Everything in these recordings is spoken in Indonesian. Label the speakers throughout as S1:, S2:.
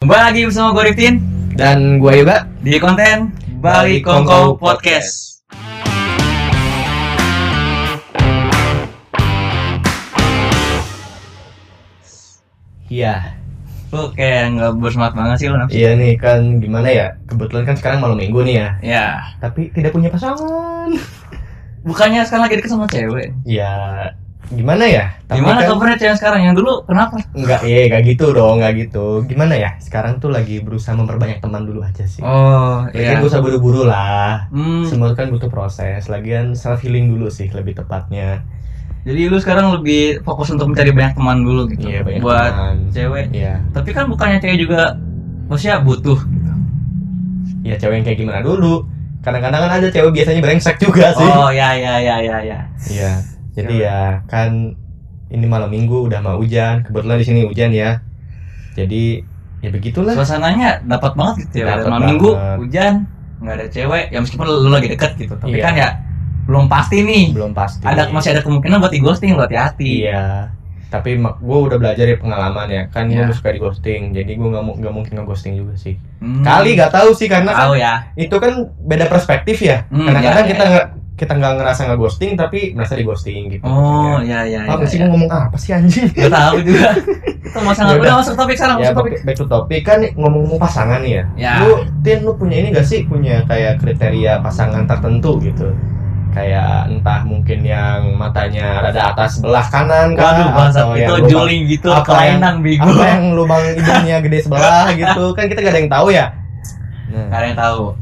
S1: Kembali lagi bersama gue Riftin
S2: dan gua Yoga
S1: di konten Bali
S2: Bali
S1: Kongko
S2: Kongko
S1: Podcast.
S2: iya
S1: Lu kayak nggak bersemangat banget sih lu nafsu.
S2: iya nih kan gimana ya kebetulan kan sekarang malam minggu nih ya
S1: Ya,
S2: tapi tidak punya pasangan
S1: bukannya sekarang lagi deket sama cewek.
S2: ya gimana ya tapi
S1: Gimana
S2: kan,
S1: kabarnya cewek sekarang? Yang dulu kenapa?
S2: nggak ya nggak gitu dong nggak gitu gimana ya sekarang tuh lagi berusaha memperbanyak teman dulu aja sih
S1: Oh,
S2: Lagi
S1: iya.
S2: gak usah buru-buru lah
S1: Hmm,
S2: Semua kan butuh proses Lagian self healing dulu sih lebih tepatnya
S1: jadi lu sekarang lebih fokus untuk mencari banyak teman dulu gitu.
S2: Iya banyak
S1: buat
S2: teman
S1: cewek.
S2: Iya
S1: Tapi kan bukannya cewek juga maksudnya butuh. gitu.
S2: Ya cewek yang kayak gimana dulu Kadang-kadang kan ada cewek biasanya brengsek juga Iya sih
S1: Oh, ya ya ya ya ya.
S2: Iya. Jadi ya kan ini malam minggu udah mau hujan. Kebetulan di sini hujan ya. Jadi ya begitulah.
S1: Suasananya dapat banget gitu ya. Malam
S2: Dapat banget.
S1: minggu hujan, nggak ada cewek. Ya meskipun lu lagi deket gitu, tapi
S2: Iya.
S1: kan ya belum pasti nih.
S2: Belum pasti.
S1: ada masih ada kemungkinan buat di ghosting lo hati-hati
S2: Iya. Tapi gue udah belajar dari pengalaman ya. Kan gue
S1: Iya.
S2: suka di ghosting. Jadi gue nggak mu- nggak mungkin nge ghosting juga sih.
S1: Hmm.
S2: Kali nggak tahu sih karena kan
S1: tahu ya
S2: itu kan beda perspektif ya.
S1: Hmm,
S2: Kadang-kadang
S1: iya,
S2: kita
S1: iya.
S2: nggak kita nggak ngerasa nggak ghosting tapi merasa di ghosting gitu.
S1: oh ya ya
S2: Apa sih
S1: ya, ya.
S2: gua ngomong apa sih anjing?
S1: Gak tahu juga itu masalah
S2: Yaudah.
S1: udah masuk topik sekarang
S2: ya
S1: masuk topik
S2: back back to topic kan ngomong-ngomong pasangan nih ya.
S1: ya
S2: Lu, Tin, lu punya ini gak sih? Punya kayak kriteria pasangan tertentu gitu Kayak entah mungkin yang matanya rada atas sebelah kanan kan
S1: waduh bahasa
S2: atau
S1: itu
S2: yang lubang-
S1: juling gitu
S2: apa
S1: kelainan bego
S2: Apa
S1: gak
S2: yang lubang hidungnya gede sebelah gitu Kan kita gak ada yang tahu ya Nah,
S1: ada yang tahu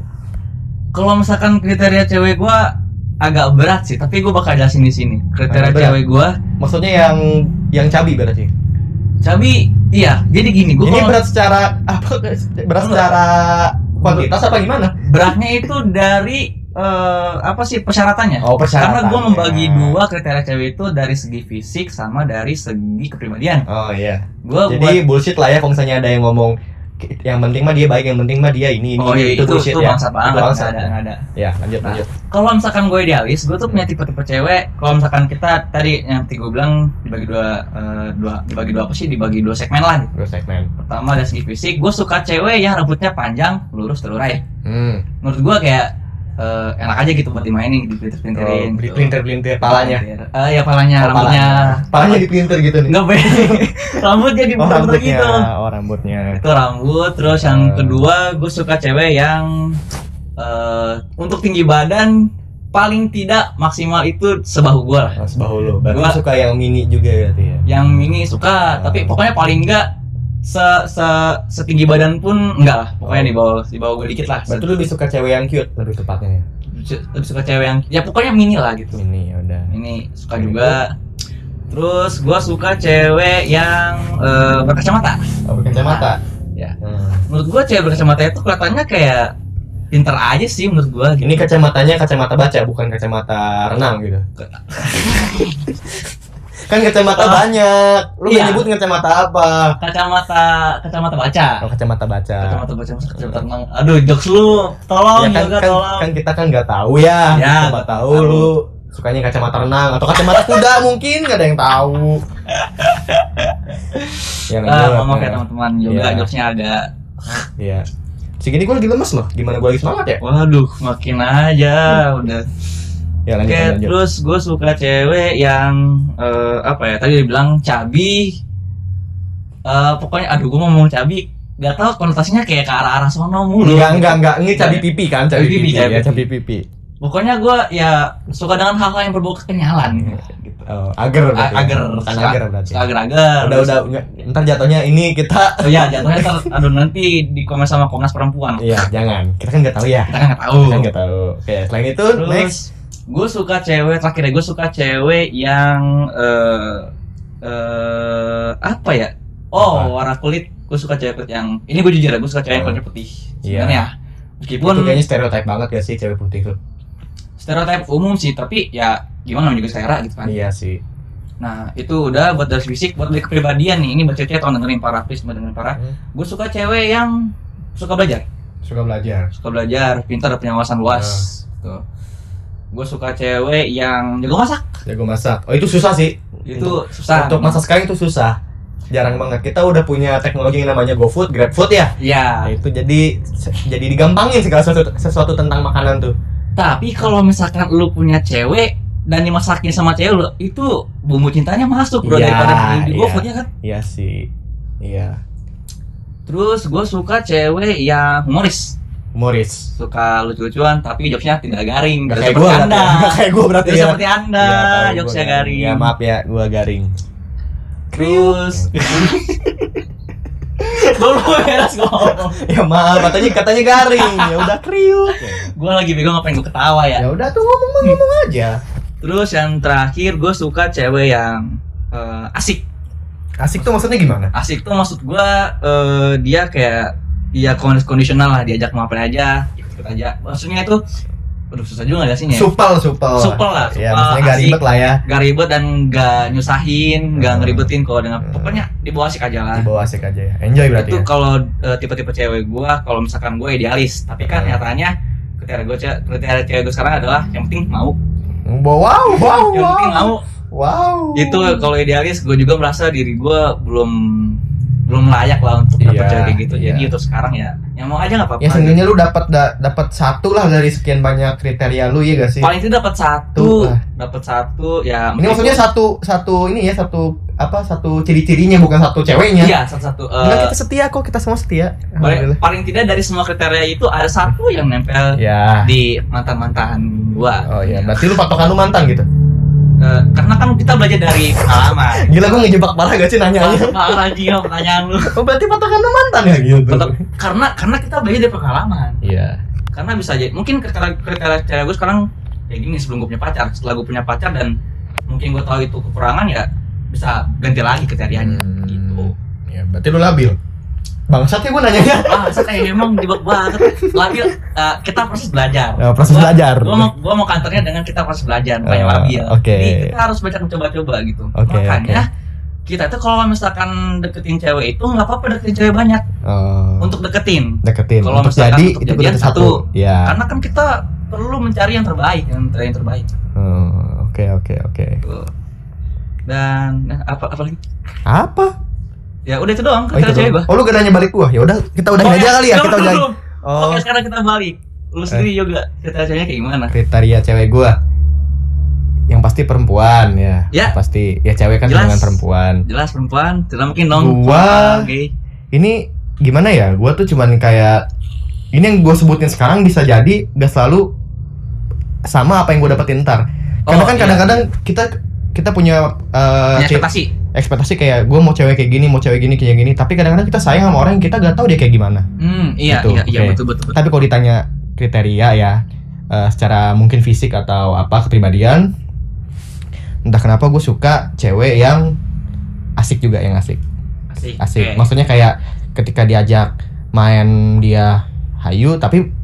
S1: kalau misalkan kriteria cewek gua agak berat sih tapi gua bakal jelasin di sini kriteria
S2: Agak berat.
S1: cewek gua
S2: Maksudnya yang yang cabi berarti
S1: cabi iya jadi gini gua
S2: Ini
S1: kalau
S2: berat secara apa berat secara kuantitas apa gimana?
S1: beratnya itu dari eh, apa sih persyaratannya
S2: Oh
S1: Karena
S2: persyaratan
S1: gue membagi
S2: Iya.
S1: dua kriteria cewek itu dari segi fisik sama dari segi kepribadian.
S2: Oh iya
S1: Gue buat
S2: Jadi bullshit lah ya kalau misalnya ada yang ngomong yang penting mah dia baik, yang penting mah dia ini ini
S1: oh
S2: ini."
S1: iya itu itu,
S2: bullshit
S1: itu
S2: ya.
S1: bangsa banget
S2: bangsa.
S1: nggak ada nggak ada.
S2: Ya, lanjut
S1: Nah,
S2: lanjut.
S1: Kalau misalkan gue idealis, gue tuh punya tipe-tipe cewek. Kalau misalkan kita tadi yang tadi gue bilang dibagi dua, eh, dua dibagi dua apa sih? Dibagi dua segmen lah. gitu.
S2: Terus segmen.
S1: Pertama dari segi fisik, gue suka cewek yang rambutnya panjang, lurus terurai.
S2: Hmm.
S1: Menurut gue kayak eh, enak aja gitu buat dimainin, dipelintir-pelintirin. gitu.
S2: pelintir palanya.
S1: Eh, ya palanya,
S2: Oh,
S1: rambutnya.
S2: Palanya dipelintir gitu nih.
S1: Nggak baik. rambutnya
S2: Oh
S1: diputer
S2: rambutnya,
S1: gitu.
S2: oh rambutnya.
S1: itu rambut terus yang
S2: Hmm.
S1: kedua gue suka cewek yang eh, untuk tinggi badan paling tidak maksimal itu sebahu gue lah
S2: Mas Bahulu. Berarti
S1: Gua-
S2: suka yang mini juga berarti ya.
S1: yang ini suka
S2: Hmm.
S1: tapi pokoknya paling enggak se, se- setinggi badan pun enggak lah pokoknya di bawah di bawah gue dikit lah
S2: Berarti lu lebih suka cewek yang cute lebih tepatnya ya.
S1: lebih suka cewek yang ya pokoknya mini lah gitu
S2: Mini ya udah.
S1: ini suka
S2: gitu.
S1: juga terus gue suka cewek yang eh, berkacamata
S2: Oh, berkacamata.
S1: Ya.
S2: Hmm.
S1: menurut gue cewek berkacamata itu kelihatannya kayak pinter aja sih menurut gitu. gue
S2: Ini kacamatanya kacamata baca bukan kacamata renang gitu. kan kacamata
S1: Ah.
S2: banyak. Lu nggak
S1: Iya.
S2: nyebut kacamata apa?
S1: kacamata kacamata baca
S2: Oh, kacamata baca.
S1: kacamata baca masa kacamata renang aduh jokes lu tolong
S2: ya kan,
S1: juga
S2: kan,
S1: tolong
S2: kan kita kan nggak tahu ya,
S1: Ya,
S2: kita nggak tahu lu sukanya kacamata renang atau kacamata kuda mungkin nggak ada yang tahu ya nggak
S1: ah
S2: jawab,
S1: mohon maaf ya
S2: ya.
S1: teman-teman juga
S2: Iya.
S1: jokesnya ada
S2: Iya. segini gue lagi lemes loh gimana gue lagi semangat ya
S1: waduh makin aja
S2: Hmm.
S1: udah
S2: ya
S1: oke
S2: lanjut lanjut
S1: terus gue suka cewek yang eh, apa ya tadi dibilang cabi Eh, pokoknya aduh gue mau ngomong cabi gak tau konotasinya kayak ke arah arah sono mulu
S2: Enggak, enggak, enggak, ini cabi pipi kan, cabi
S1: Iya. Cabi pipi,
S2: pipi,
S1: cabi
S2: ya,
S1: pipi.
S2: cabi pipi.
S1: pokoknya gue ya suka dengan hal-hal yang berbau kekenyalan gitu.
S2: Oh, ager berarti.
S1: A- ager.
S2: Bukan ager berarti.
S1: suka agar-agar
S2: Udah, udah, enggak. ntar jatuhnya ini kita
S1: Oh iya, jatuhnya ntar aduh nanti di komen sama Komnas Perempuan.
S2: Iya, jangan. Kita kan nggak tahu ya.
S1: Kita kan nggak tahu.
S2: Kita kan nggak tahu. Oke, selain itu,
S1: Terus
S2: next.
S1: gue suka cewek terakhir gue suka cewek yang eh eh, apa ya? Oh,
S2: Apa?
S1: warna kulit. Gue suka cewek yang ini gue jujur ya, gue suka cewek yang kulitnya putih.
S2: Iya.
S1: Sebenarnya. ya. Meskipun
S2: Itu kayaknya stereotip banget gak sih cewek putih tuh?
S1: stereotip umum sih, tapi ya gimana namanya juga selera gitu kan.
S2: Iya sih.
S1: Nah, itu udah buat dari fisik, buat dari kepribadian nih. Ini buat cewek tolong dengerin para please, buat dengerin para.
S2: Hmm.
S1: Gue suka cewek yang suka belajar.
S2: Suka belajar.
S1: suka belajar, pintar, punya wawasan luas.
S2: Iya.
S1: Tuh. Gue suka cewek yang jago masak.
S2: jago masak oh itu susah sih
S1: Itu susah.
S2: untuk masak sekarang itu susah jarang banget kita udah punya teknologi yang namanya GoFood, GrabFood ya nah,
S1: Ya,
S2: itu jadi jadi digampangin segala sesuatu, sesuatu tentang makanan tuh
S1: tapi kalau misalkan lu punya cewek dan dimasakin sama cewek lu, itu bumbu cintanya masuk bro
S2: Iya,
S1: daripada di
S2: iya.
S1: GoFood ya kan.
S2: iya sih iya
S1: Terus gue suka cewek yang humoris,
S2: Morris
S1: suka lucu-lucuan tapi jokesnya tidak garing. Tidak
S2: Gak kayak
S1: seperti
S2: gue
S1: anda,
S2: Gak kayak gue berarti
S1: tidak
S2: ya
S1: seperti anda,
S2: Iya, tahu,
S1: jokesnya
S2: gua
S1: garing.
S2: Ya maaf ya, gua garing.
S1: Terus, gue belum beres ngomong.
S2: ya maaf, katanya katanya garing. Ya udah kriuk.
S1: Gue lagi bingung ngapain gue ketawa ya.
S2: Ya udah tuh ngomong mah, ngomong aja.
S1: Terus yang terakhir gue suka cewek yang eh, asik.
S2: Asik tuh maksudnya gimana?
S1: Asik tuh maksud gue eh, dia kayak ya kondis kondisional lah diajak mau ngapain aja ikut aja. Maksudnya itu aduh susah juga ngejelasinnya ya.
S2: Supel, supel.
S1: Supel lah, supel,
S2: Ya, maksudnya gak
S1: asik.
S2: ribet lah ya.
S1: Gak ribet dan gak nyusahin,
S2: Hmm.
S1: gak ngeribetin kalau dengan
S2: Hmm.
S1: pokoknya dibawa asik aja lah.
S2: Di bawah asik aja ya. Enjoy berarti.
S1: Ah. itu
S2: Ya.
S1: kalau eh, tipe-tipe cewek gue kalau misalkan gue idealis tapi kan
S2: Hmm.
S1: nyatanya kriteria gue kriteria cewek gue sekarang adalah yang penting mau
S2: Wow,
S1: yang
S2: wow, Oh, wow.
S1: penting mau
S2: Wow.
S1: itu kalau idealis gue juga merasa diri gue belum belum layak lah untuk dapet
S2: Iya,
S1: cewek kayak gitu jadi
S2: iya.
S1: untuk sekarang ya yang mau aja nggak apa-apa gitu.
S2: Ya seenggaknya lu dapat da- dapat satu lah dari sekian banyak kriteria lu ya gak sih?
S1: paling tidak dapat
S2: Tuh,
S1: satu
S2: ah.
S1: dapat satu ya
S2: Ini maksudnya satu satu ini ya satu apa satu ciri-cirinya bukan satu ceweknya.
S1: iya satu-satu eh,
S2: Enggak, kita setia kok, kita semua setia.
S1: paling, paling tidak dari semua kriteria itu ada satu yang nempel
S2: Ya.
S1: di mantan-mantan gua
S2: Oh iya, berarti lu patokan lu mantan gitu.
S1: Eh, karena kan kita belajar dari pengalaman
S2: Gila gua ngejebak parah gak sih nanya-nanya.
S1: Parah lagi ya pertanyaan lu.
S2: Oh, berarti patokan lu mantan ya gitu.
S1: Tetap- karena karena kita belajar dari pengalaman.
S2: Iya.
S1: Karena bisa aja mungkin kriteria kriteria cewek gue sekarang kayak gini sebelum gue punya pacar, setelah gue punya pacar dan mungkin gue tahu itu kekurangan ya bisa ganti lagi kriterianya
S2: Hmm.
S1: gitu.
S2: Ya, berarti lu labil. Bangsat ya gua nanyanya.
S1: Ah, saya kayak emang jebak banget. Labil eh, kita proses belajar.
S2: Ya, proses
S1: Gua-
S2: belajar.
S1: Gua mau gua mau kantornya dengan kita proses belajar, bukannya
S2: Eh,
S1: labil.
S2: oke.
S1: Jadi kita harus banyak mencoba-coba gitu.
S2: Oke,
S1: Makanya kita tuh kalau misalkan deketin cewek itu nggak apa-apa deketin cewek banyak
S2: Oh,
S1: untuk deketin.
S2: deketin.
S1: Kalau
S2: untuk
S1: misalkan
S2: jadi
S1: untuk
S2: itu
S1: jadian
S2: berarti
S1: satu.
S2: satu. Iya.
S1: karena kan kita perlu mencari yang terbaik yang mencari yang terbaik
S2: Hmm, Oke, oke, oke.
S1: Tuh. dan eh, apa apa lagi
S2: Apa?
S1: ya udah itu doang
S2: Oh,
S1: kriteria cewek
S2: doang.
S1: gua
S2: Oh, lu gak nanya balik gua. Ya udah, kita udahin aja kali ya, kita
S1: udah
S2: udahin. Oh, Eh.
S1: oke sekarang kita balik lu sendiri juga kriteria ceweknya kayak gimana
S2: kriteria cewek gua. Yang pasti perempuan ya.
S1: Ya.
S2: Pasti ya cewek kan
S1: Jelas.
S2: dengan perempuan.
S1: jelas perempuan tidak mungkin dong
S2: Gua-
S1: gay
S2: ini gimana ya gue tuh cuman kayak ini yang gue sebutin sekarang bisa jadi gak selalu sama apa yang gue dapetin ntar karena
S1: Oh,
S2: kan
S1: iya.
S2: kadang-kadang kita kita punya uh,
S1: punya
S2: ce-
S1: ekspektasi
S2: ekspektasi kayak gue mau cewek kayak gini mau cewek gini kayak gini tapi kadang-kadang kita sayang sama orang yang kita gak tahu dia kayak gimana
S1: hmm iya
S2: Gitu,
S1: iya iya
S2: oke.
S1: betul betul betul
S2: tapi kalau ditanya kriteria ya eh, secara mungkin fisik atau apa kepribadian entah kenapa gue suka cewek yang asik juga yang asik
S1: asik Oke.
S2: asik. Maksudnya kayak ketika diajak main dia hayu tapi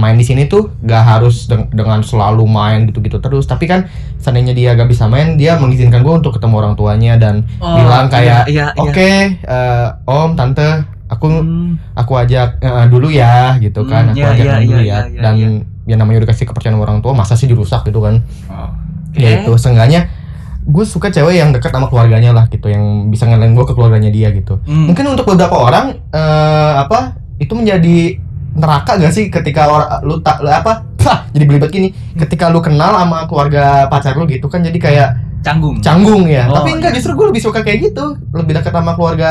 S2: main di sini tuh gak harus deng- dengan selalu main gitu-gitu terus tapi kan seandainya dia gak bisa main dia mengizinkan gue untuk ketemu orang tuanya dan
S1: Oh,
S2: bilang kayak,
S1: iya, iya,
S2: oke
S1: iya.
S2: eh, om tante aku
S1: Hmm,
S2: aku ajak eh, dulu ya gitu kan
S1: Hmm,
S2: aku
S1: iya,
S2: ajak
S1: iya, iya,
S2: dulu ya
S1: iya,
S2: dan
S1: iya.
S2: ya namanya udah kasih kepercayaan orang tua masa sih dirusak gitu kan
S1: oke.
S2: ya itu seenggaknya gue suka cewek yang dekat sama keluarganya lah gitu yang bisa ngelain gue ke keluarganya dia gitu
S1: Hmm,
S2: mungkin untuk beberapa orang eh, apa itu menjadi neraka gak sih ketika orang lu tak lu apa Hah, jadi belibet gini
S1: Hmm.
S2: ketika lu kenal sama keluarga pacar lu gitu kan jadi kayak
S1: canggung
S2: canggung ya
S1: Oh,
S2: tapi enggak justru gue lebih suka kayak gitu lebih dekat sama keluarga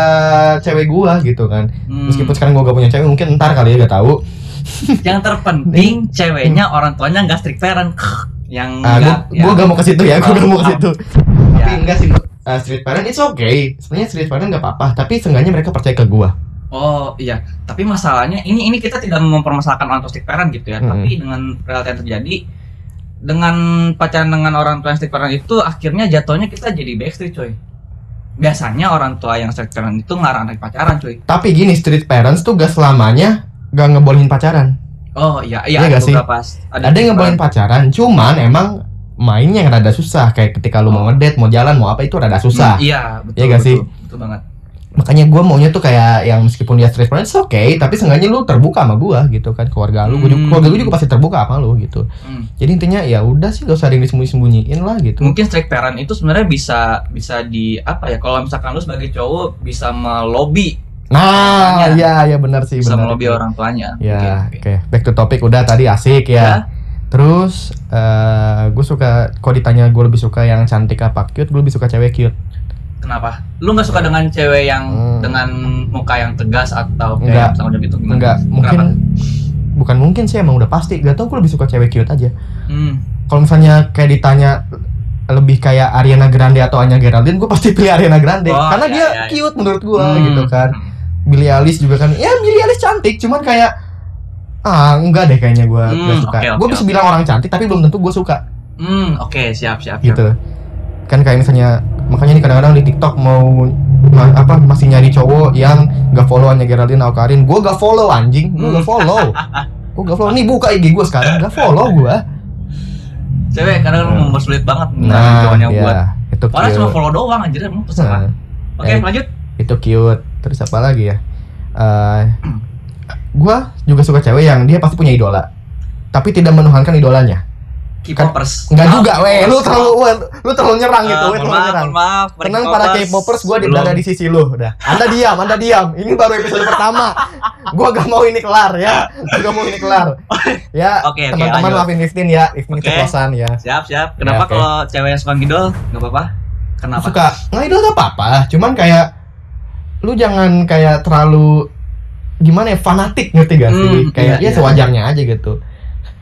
S2: cewek gue gitu kan
S1: Hmm,
S2: meskipun sekarang gue gak punya cewek mungkin ntar kali ya gak tahu
S1: yang terpenting ceweknya orang tuanya nggak strict parent yang
S2: Hmm. Ah, gue
S1: nggak- ya.
S2: gue gak mau ke situ ya gue gak mau ke
S1: Paham,
S2: situ
S1: Ya.
S2: tapi enggak sih eh, street parent it's okay sebenarnya street parent gak apa-apa tapi seenggaknya mereka percaya ke gue
S1: Oh iya, tapi masalahnya ini ini kita tidak mempermasalahkan orang tua stick parent gitu ya,
S2: Mm-mm.
S1: tapi dengan realita yang terjadi dengan pacaran dengan orang tua yang stick parent itu akhirnya jatuhnya kita jadi backstreet coy. Biasanya orang tua yang stick parent itu ngarang anak pacaran coy.
S2: tapi gini street parents tuh gak selamanya gak ngebolehin pacaran
S1: Oh iya iya
S2: Iya
S1: ada
S2: nggak sih?
S1: beberapa s-
S2: ada, yang
S1: stick
S2: ngebolehin pacaran cuman emang mainnya yang rada susah kayak ketika lu mau ngedate mau jalan mau apa itu rada
S1: parent. Hmm,
S2: susah
S1: Iya betul.
S2: Iya nggak sih?
S1: betul, betul banget.
S2: makanya gue maunya tuh kayak yang meskipun dia straight friends oke tapi seenggaknya lu terbuka sama gue gitu kan keluarga lu Gua juga-
S1: Hmm.
S2: keluarga gue juga pasti terbuka sama lu gitu
S1: Hmm.
S2: jadi intinya ya udah sih gak usah ada yang disembunyi-sembunyiin lah gitu
S1: mungkin strict parent itu sebenarnya bisa bisa di apa ya kalau misalkan lu sebagai cowok bisa melobi
S2: nah
S1: Makanya.
S2: ya ya benar sih
S1: bisa
S2: benar
S1: melobi orang tuanya
S2: ya
S1: Mungkin.
S2: oke back to topic udah tadi asik ya
S1: Ya.
S2: terus gue suka kalau ditanya gue lebih suka yang cantik apa cute gue lebih suka cewek cute
S1: kenapa lu nggak suka dengan cewek yang
S2: Iya. Hmm.
S1: dengan muka yang tegas atau
S2: Enggak.
S1: kayak misalkan udah gitu gimana?
S2: enggak mungkin
S1: Kenapa?
S2: bukan mungkin sih emang udah pasti gak tau gue lebih suka cewek cute aja
S1: Hmm.
S2: kalau misalnya kayak ditanya lebih kayak Ariana Grande atau Anya Geraldine gue pasti pilih Ariana Grande
S1: Oh,
S2: karena
S1: iya,
S2: dia
S1: iya, iya.
S2: cute menurut gue
S1: Hmm.
S2: gitu kan
S1: Hmm.
S2: Billie Eilish juga kan ya Billie Eilish cantik cuman kayak ah enggak deh kayaknya gue
S1: Hmm,
S2: suka
S1: oke, oke,
S2: gue bisa bilang orang cantik tapi belum tentu gue suka
S1: Hmm, oke siap siap. siap.
S2: gitu kan kayak misalnya makanya nih kadang-kadang di TikTok mau ma- apa masih nyari cowok yang gak follow hanya Geraldine atau Karin gue gak follow anjing gue gak follow gue gak follow nih buka IG gue sekarang gak follow gue
S1: Cewek kadang
S2: Hmm.
S1: mempersulit banget mencari
S2: nah
S1: cowoknya
S2: ya
S1: buat.
S2: itu
S1: Orang cuma
S2: cute
S1: follow doang anjir emang
S2: Nah,
S1: terserah. Oke,
S2: Eh.
S1: lanjut.
S2: itu cute terus apa lagi ya gue juga suka cewek yang dia pasti punya idola tapi tidak menuhankan idolanya
S1: K-popers.
S2: Kan Enggak
S1: Maaf,
S2: juga weh lu
S1: K-popers.
S2: terlalu lu terlalu nyerang
S1: Eh,
S2: gitu weh
S1: mohon
S2: terlalu
S1: maaf,
S2: nyerang
S1: mohon maaf. para
S2: Tenang para K-popers, gue
S1: belum.
S2: berada di sisi lu. Udah. Anda diam, Anda diam. Ini baru episode pertama. Gue gak mau ini kelar ya. Gue gak mau ini kelar. Ya,
S1: Oke, oke,
S2: teman-teman
S1: lanjut.
S2: maafin Rifkin ya. Rifkin
S1: Oke.
S2: keceplosan ya.
S1: Siap, siap. Kenapa
S2: oke.
S1: kalau cewek yang suka ngidol enggak apa-apa? Kenapa?
S2: Suka ngidol gak apa-apa. Cuman kayak lu jangan kayak terlalu gimana ya fanatik ngerti gak sih?
S1: Hmm, iya,
S2: kayak ya
S1: iya.
S2: sewajarnya aja gitu.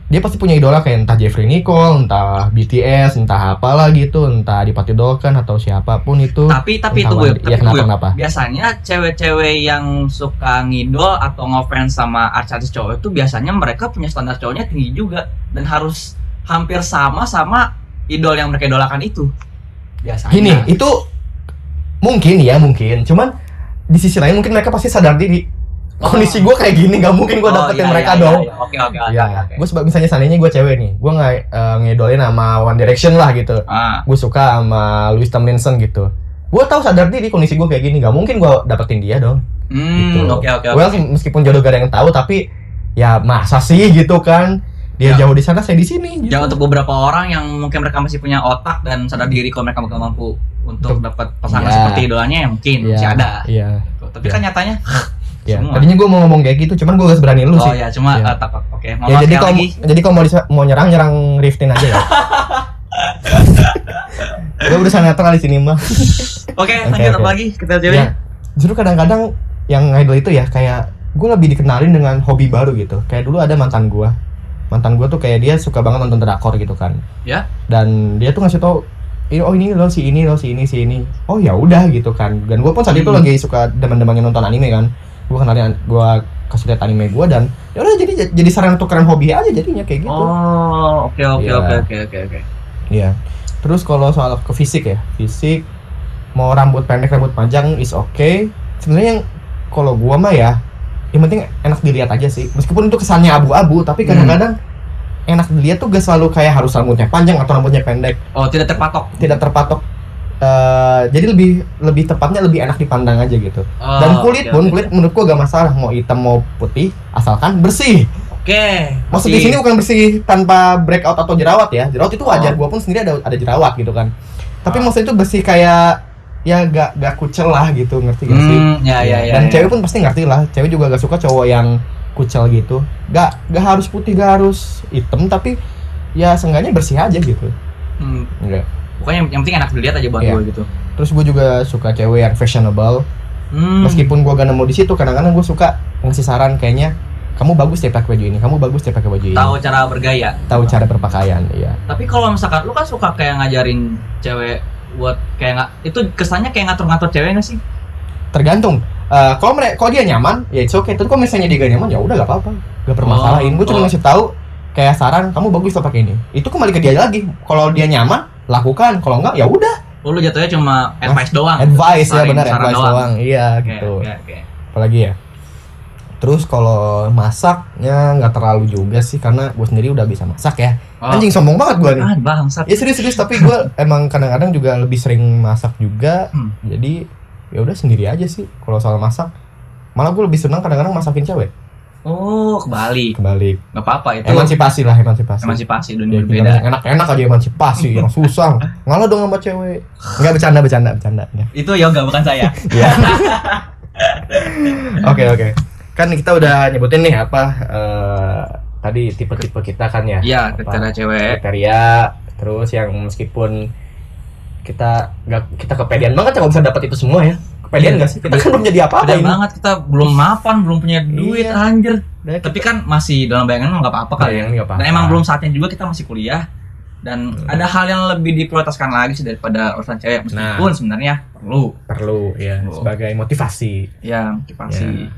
S2: Dia pasti punya idola kayak entah Jeffrey Nicole, entah BTS, entah apalah gitu, entah Adipati Dolken atau siapapun itu.
S1: Tapi tapi
S2: Entah
S1: itu gue,
S2: Wanda-
S1: tapi
S2: ya,
S1: gue.
S2: kenapa-kenapa.
S1: Biasanya cewek-cewek yang suka ngidol atau ngefans sama artis cowok itu biasanya mereka punya standar cowoknya tinggi juga dan harus hampir sama sama idol yang mereka idolakan itu. Biasanya.
S2: Gini, itu mungkin ya mungkin. Cuman di sisi lain mungkin mereka pasti sadar diri. Kondisi gue kayak gini, nggak mungkin gue dapetin mereka
S1: Oh.
S2: dong.
S1: Iya, iya. Oke, oke, oke.
S2: Ya,
S1: oke.
S2: gue sebab misalnya seandainya gue cewek nih, gue nggak eh, ngidolin sama One Direction lah gitu.
S1: Ah,
S2: Gue suka sama Louis Tomlinson gitu. Gue tahu sadar diri kondisi gue kayak gini, nggak mungkin gue dapetin dia dong. Gitu.
S1: hmm, oke, oke, oke.
S2: Well, meskipun jodoh gak ada yang tahu, tapi ya masa sih gitu kan? Dia
S1: Ya.
S2: jauh di sana, saya di sini. gitu.
S1: Ya untuk beberapa orang yang mungkin mereka masih punya otak dan sadar diri kalau mereka bakal mampu untuk dapat pasangan
S2: Ya.
S1: seperti idolanya ya mungkin
S2: Iya,
S1: masih ada.
S2: Iya.
S1: Tapi kan nyatanya
S2: iya.
S1: Semua.
S2: Tadinya gue mau ngomong kayak gitu, cuman gue gak berani lu
S1: oh
S2: sih.
S1: ya cuma
S2: Iya.
S1: eh, takut. Oke, mau
S2: Ya,
S1: ya,
S2: jadi kalau
S1: lagi.
S2: jadi kalau mau disa- mau nyerang nyerang Riftin aja ya. Gue udah sangat netral di sini mah.
S1: Oke,
S2: Oke,
S1: lanjut
S2: oke.
S1: apa lagi kita cewek.
S2: Ya, justru kadang-kadang yang idol itu ya kayak gue lebih dikenalin dengan hobi baru gitu. Kayak dulu ada mantan gue, mantan gue tuh kayak dia suka banget nonton drakor gitu kan.
S1: Ya.
S2: Dan dia tuh ngasih tau, "Ini- oh ini loh si ini loh si ini si ini. Oh ya udah gitu kan. Dan gue pun saat itu
S1: Hmm.
S2: lagi suka demen-demennya nonton anime kan. Gue kenalin gue kasih lihat anime gue dan ya udah jadi jadi sarana tukeran hobi aja jadinya kayak gitu.
S1: Oh, oke oke
S2: Iya.
S1: oke oke oke oke.
S2: Iya. Terus kalau soal ke fisik ya, fisik mau rambut pendek rambut panjang is okay. Sebenarnya yang kalau gua mah ya, yang penting enak dilihat aja sih. Meskipun itu kesannya abu-abu, tapi
S1: Hmm.
S2: kadang-kadang enak dilihat tuh gak selalu kayak harus rambutnya panjang atau rambutnya pendek,
S1: Oh, tidak terpatok.
S2: tidak terpatok. Eh, jadi lebih lebih tepatnya lebih enak dipandang aja gitu.
S1: Oh,
S2: Dan kulit
S1: oke,
S2: pun
S1: oke.
S2: kulit menurut gua gak masalah mau hitam mau putih asalkan bersih.
S1: Oke.
S2: Maksud
S1: masih-
S2: di sini bukan bersih tanpa breakout atau jerawat ya. Jerawat itu wajar. Gua pun sendiri ada ada jerawat gitu kan. Tapi
S1: Oh. Ah.
S2: maksudnya itu bersih kayak ya gak gak kucel lah gitu ngerti gak sih?
S1: Hmm, ya ya ya. ya.
S2: Dan cewek pun pasti ngerti lah. Cewek juga gak suka cowok yang kucel gitu. Gak gak harus putih, gak harus hitam tapi ya seenggaknya bersih aja gitu.
S1: Hmm,
S2: Enggak.
S1: pokoknya yang- yang penting enak dilihat aja buat
S2: Iya.
S1: gue gitu.
S2: Terus gue juga suka cewek yang fashionable.
S1: Hmm.
S2: Meskipun gua gak nemu di situ, kadang-kadang gue suka ngasih saran kayaknya kamu bagus deh pakai baju ini, kamu bagus deh pakai baju ini.
S1: tahu cara bergaya.
S2: Tahu cara berpakaian, iya.
S1: Tapi kalau misalkan lu kan suka kayak ngajarin cewek buat kayak nggak itu kesannya kayak ngatur-ngatur cewek nggak sih?
S2: tergantung Eh, kalau mereka kalau dia nyaman ya itu oke tapi kalau misalnya dia gak nyaman ya udah gak apa-apa gak permasalahin
S1: Oh,
S2: gue cuma
S1: oh.
S2: ngasih tahu kayak saran kamu bagus lo pakai ini itu kembali ke dia lagi kalau dia nyaman lakukan kalau enggak ya udah
S1: Oh, lu jatuhnya cuma advice doang.
S2: advice ya
S1: Saran-
S2: benar
S1: Ah, saran
S2: advice doang, iya
S1: Oke,
S2: gitu
S1: oke, oke.
S2: apalagi ya terus kalau masaknya nggak terlalu juga sih karena gue sendiri udah bisa masak ya
S1: Oh.
S2: anjing sombong banget gue nih
S1: Ah,
S2: Iya.
S1: bangsat.
S2: ya serius-serius tapi gue emang kadang-kadang juga lebih sering masak juga
S1: Hmm.
S2: jadi ya udah sendiri aja sih kalau soal masak malah gue lebih senang kadang-kadang masakin cewek
S1: Oh, kebalik.
S2: kebalik
S1: Gak apa-apa itu.
S2: emansipasi lah emansipasi
S1: Emansipasi
S2: Ya,
S1: dunia
S2: kita
S1: berbeda.
S2: yang enak-enak aja emansipasi yang susah ngalah dong sama cewek nggak bercanda bercanda bercanda ya
S1: Itu yoga bukan saya.
S2: Ya. oke oke kan kita udah nyebutin nih apa eh, tadi tipe-tipe kita kan ya
S1: Iya,
S2: Apa?
S1: kriteria cewek.
S2: kriteria terus yang meskipun kita nggak kita kepedean banget ya kalau bisa dapat itu semua ya
S1: Iya.
S2: kepedean nggak sih kita kan belum jadi apa-apa
S1: Beda
S2: ini
S1: banget kita belum mapan, belum punya duit
S2: Iya.
S1: anjir.
S2: Udah,
S1: Tapi kan masih dalam bayangan nggak apa-apa kali ya.
S2: kepedean Iya, nggak apa-apa. Iya.
S1: Dan emang belum saatnya juga kita masih kuliah dan ada hal yang lebih diprioritaskan lagi sih daripada urusan cewek meskipun
S2: Nah.
S1: sebenarnya perlu
S2: perlu ya
S1: Oh.
S2: sebagai motivasi
S1: ya motivasi.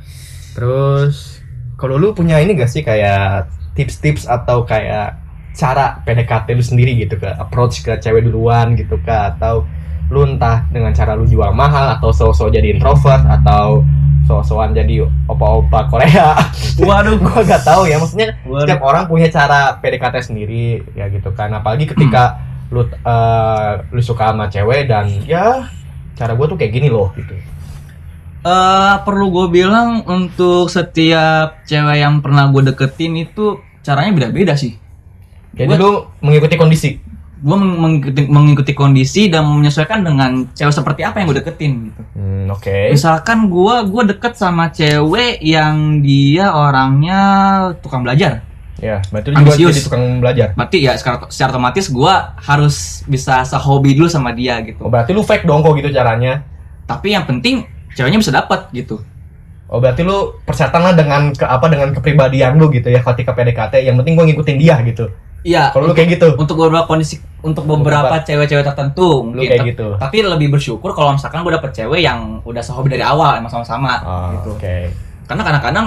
S2: terus kalau lu punya ini gak sih kayak tips-tips atau kayak cara PDKT lu sendiri gitu ke approach ke cewek duluan gitu ke atau lu entah dengan cara lu jual mahal atau so-so jadi introvert atau so-soan jadi opa-opa Korea
S1: Waduh,
S2: gua gak tahu ya maksudnya
S1: waduh.
S2: setiap orang punya cara PDKT sendiri ya gitu kan apalagi ketika lu eh, lu suka sama cewek dan ya cara gue tuh kayak gini loh gitu
S1: Eh, perlu gue bilang untuk setiap cewek yang pernah gue deketin itu caranya beda-beda sih.
S2: jadi
S1: Gua-
S2: lu mengikuti kondisi
S1: Gue meng- mengikuti, mengikuti kondisi dan menyesuaikan dengan cewek seperti apa yang gue deketin gitu.
S2: Hmm, oke
S1: Misalkan gue gue deket sama cewek yang dia orangnya tukang belajar.
S2: ya berarti lu juga
S1: Ambisius.
S2: jadi tukang belajar
S1: Berarti ya secara, secara otomatis gue harus bisa sehobi dulu sama dia
S2: oh,
S1: gitu.
S2: berarti lu fake dong kok gitu caranya
S1: Tapi yang penting ceweknya bisa dapat gitu.
S2: oh berarti lu persyaratan lah dengan ke apa dengan kepribadian lu gitu ya ketika PDKT yang penting gue ngikutin dia gitu
S1: Iya.
S2: kalau lu kayak gitu
S1: Untuk beberapa kondisi untuk beberapa cewek-cewek tertentu
S2: lu
S1: mungkin.
S2: kayak
S1: Tapi-
S2: gitu
S1: Tapi lebih bersyukur kalau misalkan gue dapet cewek yang udah sehobi dari awal emang sama-sama
S2: Ah,
S1: gitu.
S2: oke
S1: Karena kadang-kadang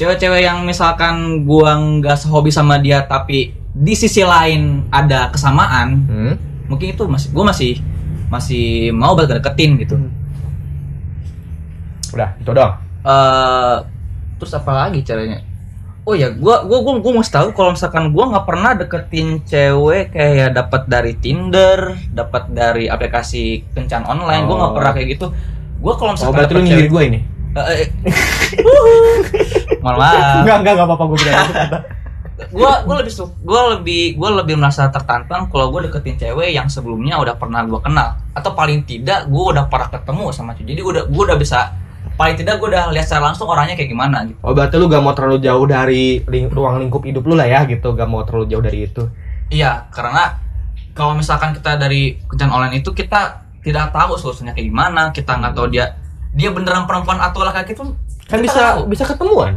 S1: cewek-cewek yang misalkan gua nggak sehobi sama dia tapi di sisi lain ada kesamaan,
S2: Hmm.
S1: mungkin itu masih gue masih masih mau balik deketin gitu.
S2: udah itu doang
S1: eh terus apa lagi caranya? Oh ya, gua gua gua gua mesti tahu kalau misalkan gua nggak pernah deketin cewek kayak dapat dari Tinder, dapat dari aplikasi kencan online, gua nggak
S2: Oh.
S1: pernah kayak gitu. Gua kalau
S2: oh
S1: misalkan
S2: berarti lu
S1: dapet
S2: nyindir
S1: cewek-
S2: gue ini
S1: Eh, eh, Mohon maaf.
S2: Enggak, enggak, enggak apa-apa gue bilang gitu. aja.
S1: Gua gua lebih su- gua lebih gua lebih merasa tertantang kalau gua deketin cewek yang sebelumnya udah pernah gua kenal atau paling tidak gua udah pernah ketemu sama cewek. Jadi gua udah gua udah bisa paling tidak gua udah lihat secara langsung orangnya kayak gimana gitu.
S2: Oh berarti lu gak mau terlalu jauh dari ling- ruang lingkup hidup lu lah ya gitu Gak mau terlalu jauh dari itu
S1: Iya, karena kalau misalkan kita dari kencan online itu kita tidak tahu solusinya kayak gimana, kita nggak tahu dia dia beneran perempuan atau laki-laki itu Kita
S2: Kan bisa
S1: tahu.
S2: bisa ketemuan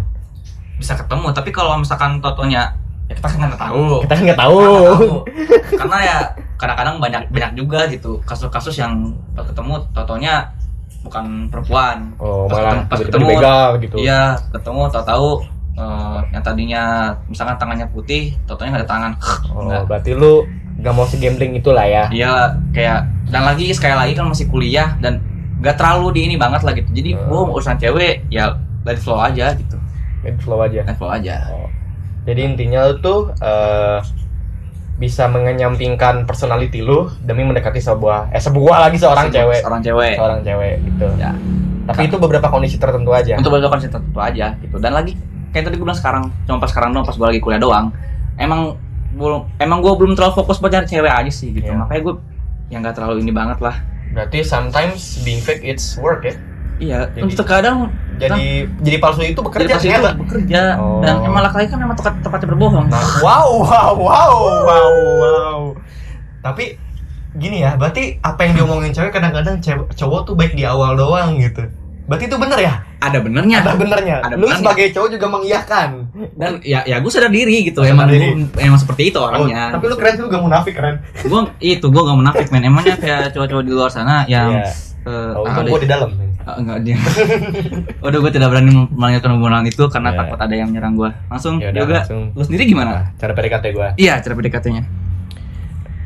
S1: bisa ketemu. Tapi kalau misalkan totonya ya kita kan nggak tahu.
S2: Kita kan gak
S1: Kita
S2: tahu
S1: nggak tahu. Karena ya kadang-kadang banyak banyak juga gitu kasus-kasus yang pas ketemu totonya bukan perempuan.
S2: Oh
S1: Pas
S2: malah
S1: ketemu- pas
S2: tiba-tiba
S1: ketemu.
S2: dibegal gitu
S1: Iya, ketemu tahu-tahu eh, yang tadinya misalkan tangannya putih, totonya nggak ada tangan.
S2: Oh
S1: Nggak.
S2: berarti lu gak mau segambling itulah ya
S1: Iya kayak dan lagi sekali lagi kan masih kuliah dan gak terlalu di ini banget lah gitu. Jadi
S2: Hmm.
S1: gua mau urusan cewek ya dari flow aja gitu.
S2: Let it flow aja
S1: Dari flow aja.
S2: Oh. Jadi intinya lu tuh eh, bisa mengenyampingkan personality lu demi mendekati sebuah eh sebuah lagi seorang
S1: Se-
S2: cewek
S1: Seorang cewek.
S2: seorang cewek gitu
S1: Ya.
S2: tapi itu beberapa kondisi tertentu aja
S1: Untuk belajar konsep tertentu aja gitu. Dan lagi kayak tadi gue bilang sekarang cuma pas sekarang doang pas gue lagi kuliah doang. Emang belum emang gue belum terlalu fokus buat cari cewek aja sih gitu.
S2: Iya.
S1: Makanya gue yang gak terlalu ini banget lah.
S2: berarti sometimes being fake it's work ya
S1: Iya,
S2: Jadi-
S1: untuk kadang
S2: jadi jadi palsu itu bekerja
S1: jadi
S2: ya?
S1: pas itu
S2: ternyata.
S1: bekerja
S2: Oh.
S1: dan emang laki-laki kan memang tempat tempatnya berbohong.
S2: Nah, wow wow wow wow wow tapi gini ya berarti apa yang diomongin cewek kadang-kadang cew- cowok tuh baik di awal doang gitu berarti itu bener ya
S1: Ada benernya.
S2: ada benernya
S1: Ada
S2: lu
S1: benernya.
S2: sebagai cowok juga mengiyakan
S1: dan ya ya gue sadar diri gitu
S2: Sadar
S1: emang
S2: diri. Oh,
S1: gua- emang seperti itu orangnya
S2: tapi lu keren lu gak munafik keren
S1: gue itu gue gak munafik men emangnya kayak cowok-cowok di luar sana yang
S2: Iya.
S1: eh,
S2: oh,
S1: ada-
S2: untung gua di dalam
S1: Ah, enggak dia udah gue tidak berani melanjutkan hubungan itu karena
S2: Iya.
S1: takut ada yang nyerang gue langsung
S2: Yaudah,
S1: juga
S2: langsung.
S1: lu sendiri gimana
S2: Nah, cara PDKT gua
S1: iya cara pendekatannya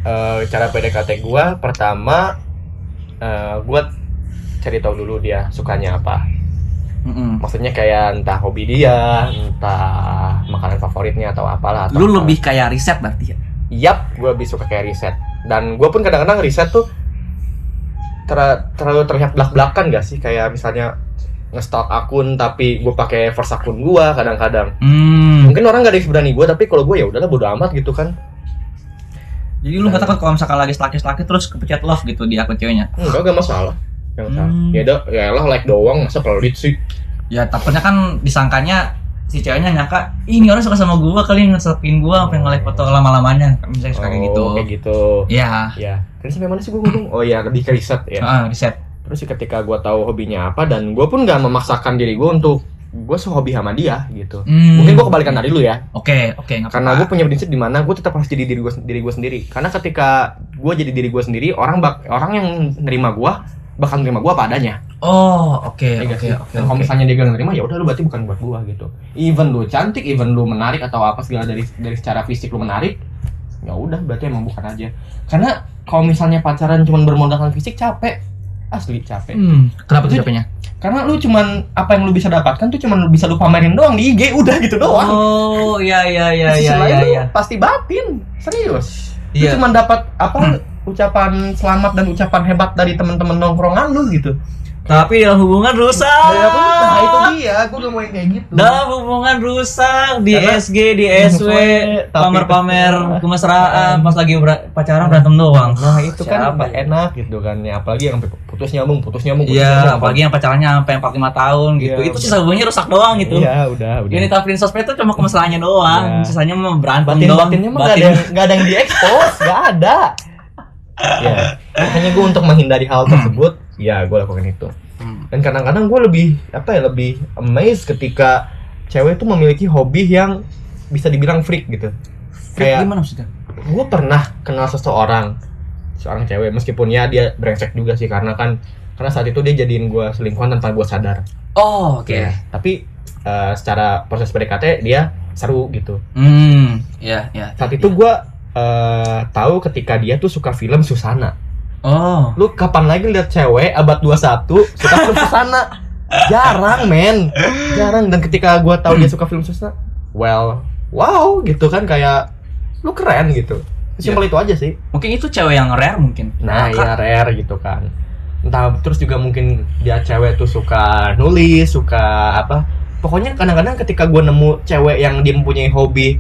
S2: Eh, cara PDKT gua pertama eh, gua cari tahu dulu dia sukanya apa
S1: Mm-mm.
S2: maksudnya kayak entah hobi dia, entah makanan favoritnya atau apalah. Atau
S1: lu lebih kayak riset berarti ya
S2: Yap, gue lebih suka kayak riset. Dan gue pun kadang-kadang riset tuh ter- terlalu terlihat belak belakan gak sih kayak misalnya nge-stalk akun tapi gue pakai first akun gue kadang-kadang
S1: Hmm.
S2: mungkin orang gak ada yang seberani gue tapi kalau gue ya udahlah bodo amat gitu kan
S1: Jadi lu nggak takut kalau misalkan lagi laki-laki terus kepencet love gitu di akun ceweknya?
S2: enggak gak masalah yang salah
S1: Hmm.
S2: ya dah ya lah like doang masa pelit sih
S1: Ya takutnya kan disangkanya si ceweknya nyangka "Ih, ini orang suka sama gua kali ngeselin gua pengen nge-like foto lama-lamanya misalnya suka kayak gitu.
S2: Oh, kayak gitu
S1: Iya.
S2: ya tadi sampai mana sih gue ngomong oh ya di riset ya
S1: Ah, riset.
S2: terus ya ketika gue tahu hobinya apa dan gue pun gak memaksakan diri gue untuk gue sehobi sama dia gitu
S1: Hmm. Ah.
S2: mungkin gue kebalikan dari lu ya
S1: Oke, oke, nggak
S2: karena
S1: apa-apa.
S2: gue punya prinsip di mana gue tetap harus jadi diri gue diri gue sendiri karena ketika gue jadi diri gue sendiri orang bak orang yang nerima gue bakal nerima gue apa adanya
S1: Oh, oke,
S2: Ya
S1: oke,
S2: nggak sih?
S1: oke.
S2: Dan kalau
S1: oke.
S2: misalnya dia gak nerima ya udah lu berarti bukan buat gue gitu even lu cantik even lu menarik atau apa segala dari dari secara fisik lu menarik ya udah berarti emang bukan aja karena kalau misalnya pacaran cuma bermodalkan fisik capek asli capek
S1: Hmm, kenapa tuh
S2: Itu-
S1: capeknya?
S2: Karena lu cuman apa yang lu bisa dapatkan tuh cuman lu bisa lu pamerin doang di IG udah gitu doang.
S1: Oh, iya iya iya
S2: Di sisi
S1: iya
S2: lain
S1: iya.
S2: lu
S1: iya.
S2: pasti batin, serius.
S1: Iya. Hmm.
S2: Lu cuman dapat apa ucapan selamat dan ucapan hebat dari teman-teman nongkrongan lu gitu.
S1: Tapi dalam hubungan rusak.
S2: Ya, aku, nah itu dia, gua gak mau yang kayak gitu.
S1: Dalam hubungan rusak di
S2: Karena-
S1: SG, di SW,
S2: Tapi-
S1: pamer-pamer kemesraan, pas lagi ber- pacaran
S2: Nah.
S1: berantem doang.
S2: Nah, itu
S1: Siapa
S2: kan nggak enak gitu kan ya, apalagi yang sampai putus nyambung, putus nyambung, putus
S1: Iya,
S2: nyambung.
S1: apalagi yang pacarannya sampai 45 tahun gitu.
S2: Iya.
S1: Itu sisa hubungannya rusak doang gitu.
S2: Iya, udah, udah.
S1: Ini tapi sosmed itu cuma kemesraannya doang,
S2: Iya.
S1: sisanya mah berantem doang.
S2: batin-batinnya mah gak ada yang, gak ada yang diekspos gak ada ya
S1: Iya.
S2: makanya gue untuk menghindari hal tersebut ya gue lakukan itu
S1: Hmm.
S2: dan kadang-kadang gue lebih apa ya lebih amazed ketika cewek itu memiliki hobi yang bisa dibilang freak gitu
S1: Freak
S2: kayak-
S1: gimana maksudnya?
S2: gue pernah kenal seseorang seorang cewek meskipun ya dia brengsek juga sih karena kan karena saat itu dia jadiin gue selingkuhan tanpa gue sadar
S1: Oh, oke.
S2: Ya, tapi eh, secara proses PDKT dia seru gitu
S1: Hmm, iya, iya.
S2: saat itu gua eh, tahu ketika dia tuh suka film Susana.
S1: Oh.
S2: Lu kapan lagi lihat cewek abad 21 suka film Susana? Jarang, men. Jarang dan ketika gua tahu dia suka film Susana, well, wow gitu kan kayak lu keren gitu. Simpel itu aja sih.
S1: Mungkin itu cewek yang rare mungkin.
S2: Nah, ya rare gitu kan. Entah terus juga mungkin dia cewek tuh suka nulis, suka apa. Pokoknya kadang-kadang ketika gua nemu cewek yang dia mempunyai hobi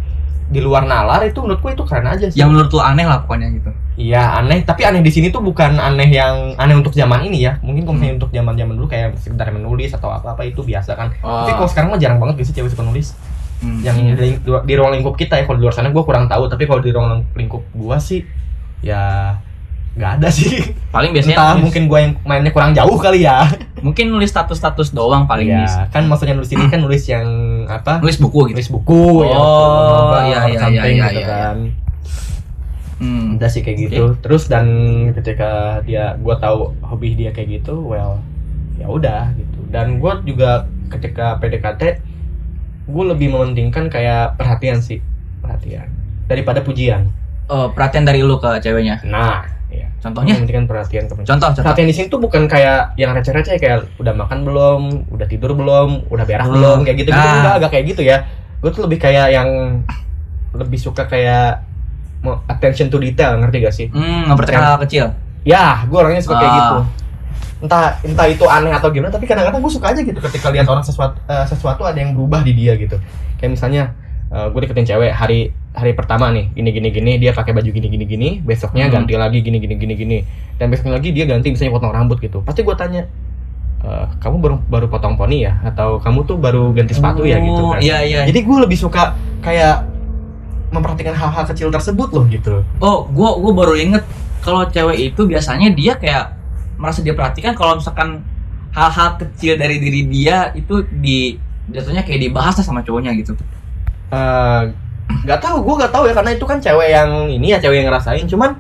S2: di luar nalar itu menurut gue itu keren aja sih.
S1: yang menurut lu aneh lah pokoknya gitu.
S2: Iya aneh, tapi aneh di sini tuh bukan aneh yang aneh untuk zaman ini ya. Mungkin
S1: Hmm.
S2: kalau misalnya untuk zaman zaman dulu kayak sekedar menulis atau apa apa itu biasa kan. Tapi kalau sekarang mah jarang banget gak sih cewek suka nulis.
S1: Oh. Hmm,
S2: Yang
S1: iya.
S2: di, di ruang lingkup kita ya. Kalau di luar sana gue kurang tahu, tapi kalau di ruang lingkup gua sih ya nggak ada sih.
S1: paling biasanya
S2: Entah
S1: nulis- mungkin
S2: mungkin gua yang mainnya kurang jauh kali ya.
S1: nulis status-status doang paling bisa.
S2: Iya, kan maksudnya nulis ini kan nulis yang apa?
S1: Nulis buku gitu.
S2: Nulis buku ya.
S1: Oh, iya, iya,
S2: something
S1: iya,
S2: gitu
S1: iya, iya.
S2: kan.
S1: Hmm.
S2: udah sih kayak gitu terus dan ketika dia gua tahu hobi dia kayak gitu well ya udah gitu dan gua juga ketika PDKT gue lebih mementingkan kayak perhatian sih perhatian daripada pujian
S1: Oh, perhatian dari lu ke ceweknya.
S2: nah ya
S1: Contohnya?
S2: mementingkan perhatian ke
S1: Contoh, contoh.
S2: perhatian di sini tuh bukan kayak yang receh-receh kayak udah makan belum udah tidur belum udah berak
S1: Hmm.
S2: belum kayak gitu gitu
S1: Ah.
S2: enggak agak kayak gitu ya gue tuh lebih kayak yang lebih suka kayak mau attention to detail ngerti gak sih
S1: Hmm, memperhatikan hal kecil.
S2: Ya, gue orangnya suka kayak
S1: Ah.
S2: gitu. Entah entah itu aneh atau gimana, tapi kadang-kadang gue suka aja gitu ketika lihat orang sesuatu eh, sesuatu ada yang berubah di dia gitu. Kayak misalnya gue deketin cewek hari hari pertama nih, gini gini gini, dia pakai baju gini gini gini, besoknya
S1: Hmm.
S2: ganti lagi gini gini gini gini, dan besoknya lagi dia ganti misalnya potong rambut gitu. Pasti gue tanya, "Eh, kamu baru baru potong poni ya, atau kamu tuh baru ganti sepatu ya gitu
S1: Oh,
S2: kan?
S1: Iya, iya.
S2: Jadi gue lebih suka kayak memperhatikan hal-hal kecil tersebut loh gitu.
S1: Oh, gua gua baru inget kalau cewek itu biasanya dia kayak merasa dia perhatikan kalau misalkan hal-hal kecil dari diri dia itu di jatuhnya kayak dibahas lah sama cowoknya gitu.
S2: Eh, nggak tahu gue nggak tahu ya karena itu kan cewek yang ini ya cewek yang ngerasain cuman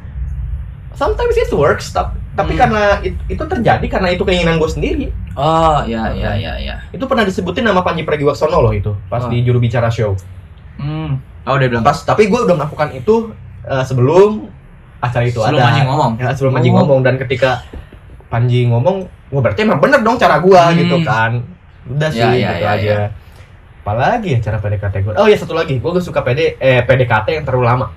S2: sometimes it works tap- tapi
S1: Hmm.
S2: karena it- itu terjadi karena itu keinginan gue sendiri
S1: Oh, iya iya iya iya.
S2: itu pernah disebutin nama Panji Pragiwaksono loh itu
S1: Oh.
S2: pas di juru bicara show
S1: Hmm. Oh, udah bilang.
S2: pas tapi gue udah melakukan itu eh, sebelum acara itu
S1: Sebelum
S2: ada
S1: anjing ngomong.
S2: Ya, sebelum Panji
S1: Oh.
S2: ngomong dan ketika Panji ngomong wah berarti emang bener dong cara gue
S1: Hmm.
S2: gitu kan udah sih
S1: Ya, ya,
S2: gitu
S1: ya,
S2: aja apalagi ya cara PDKT gue oh ya satu lagi gue suka PD eh, PDKT yang terlalu lama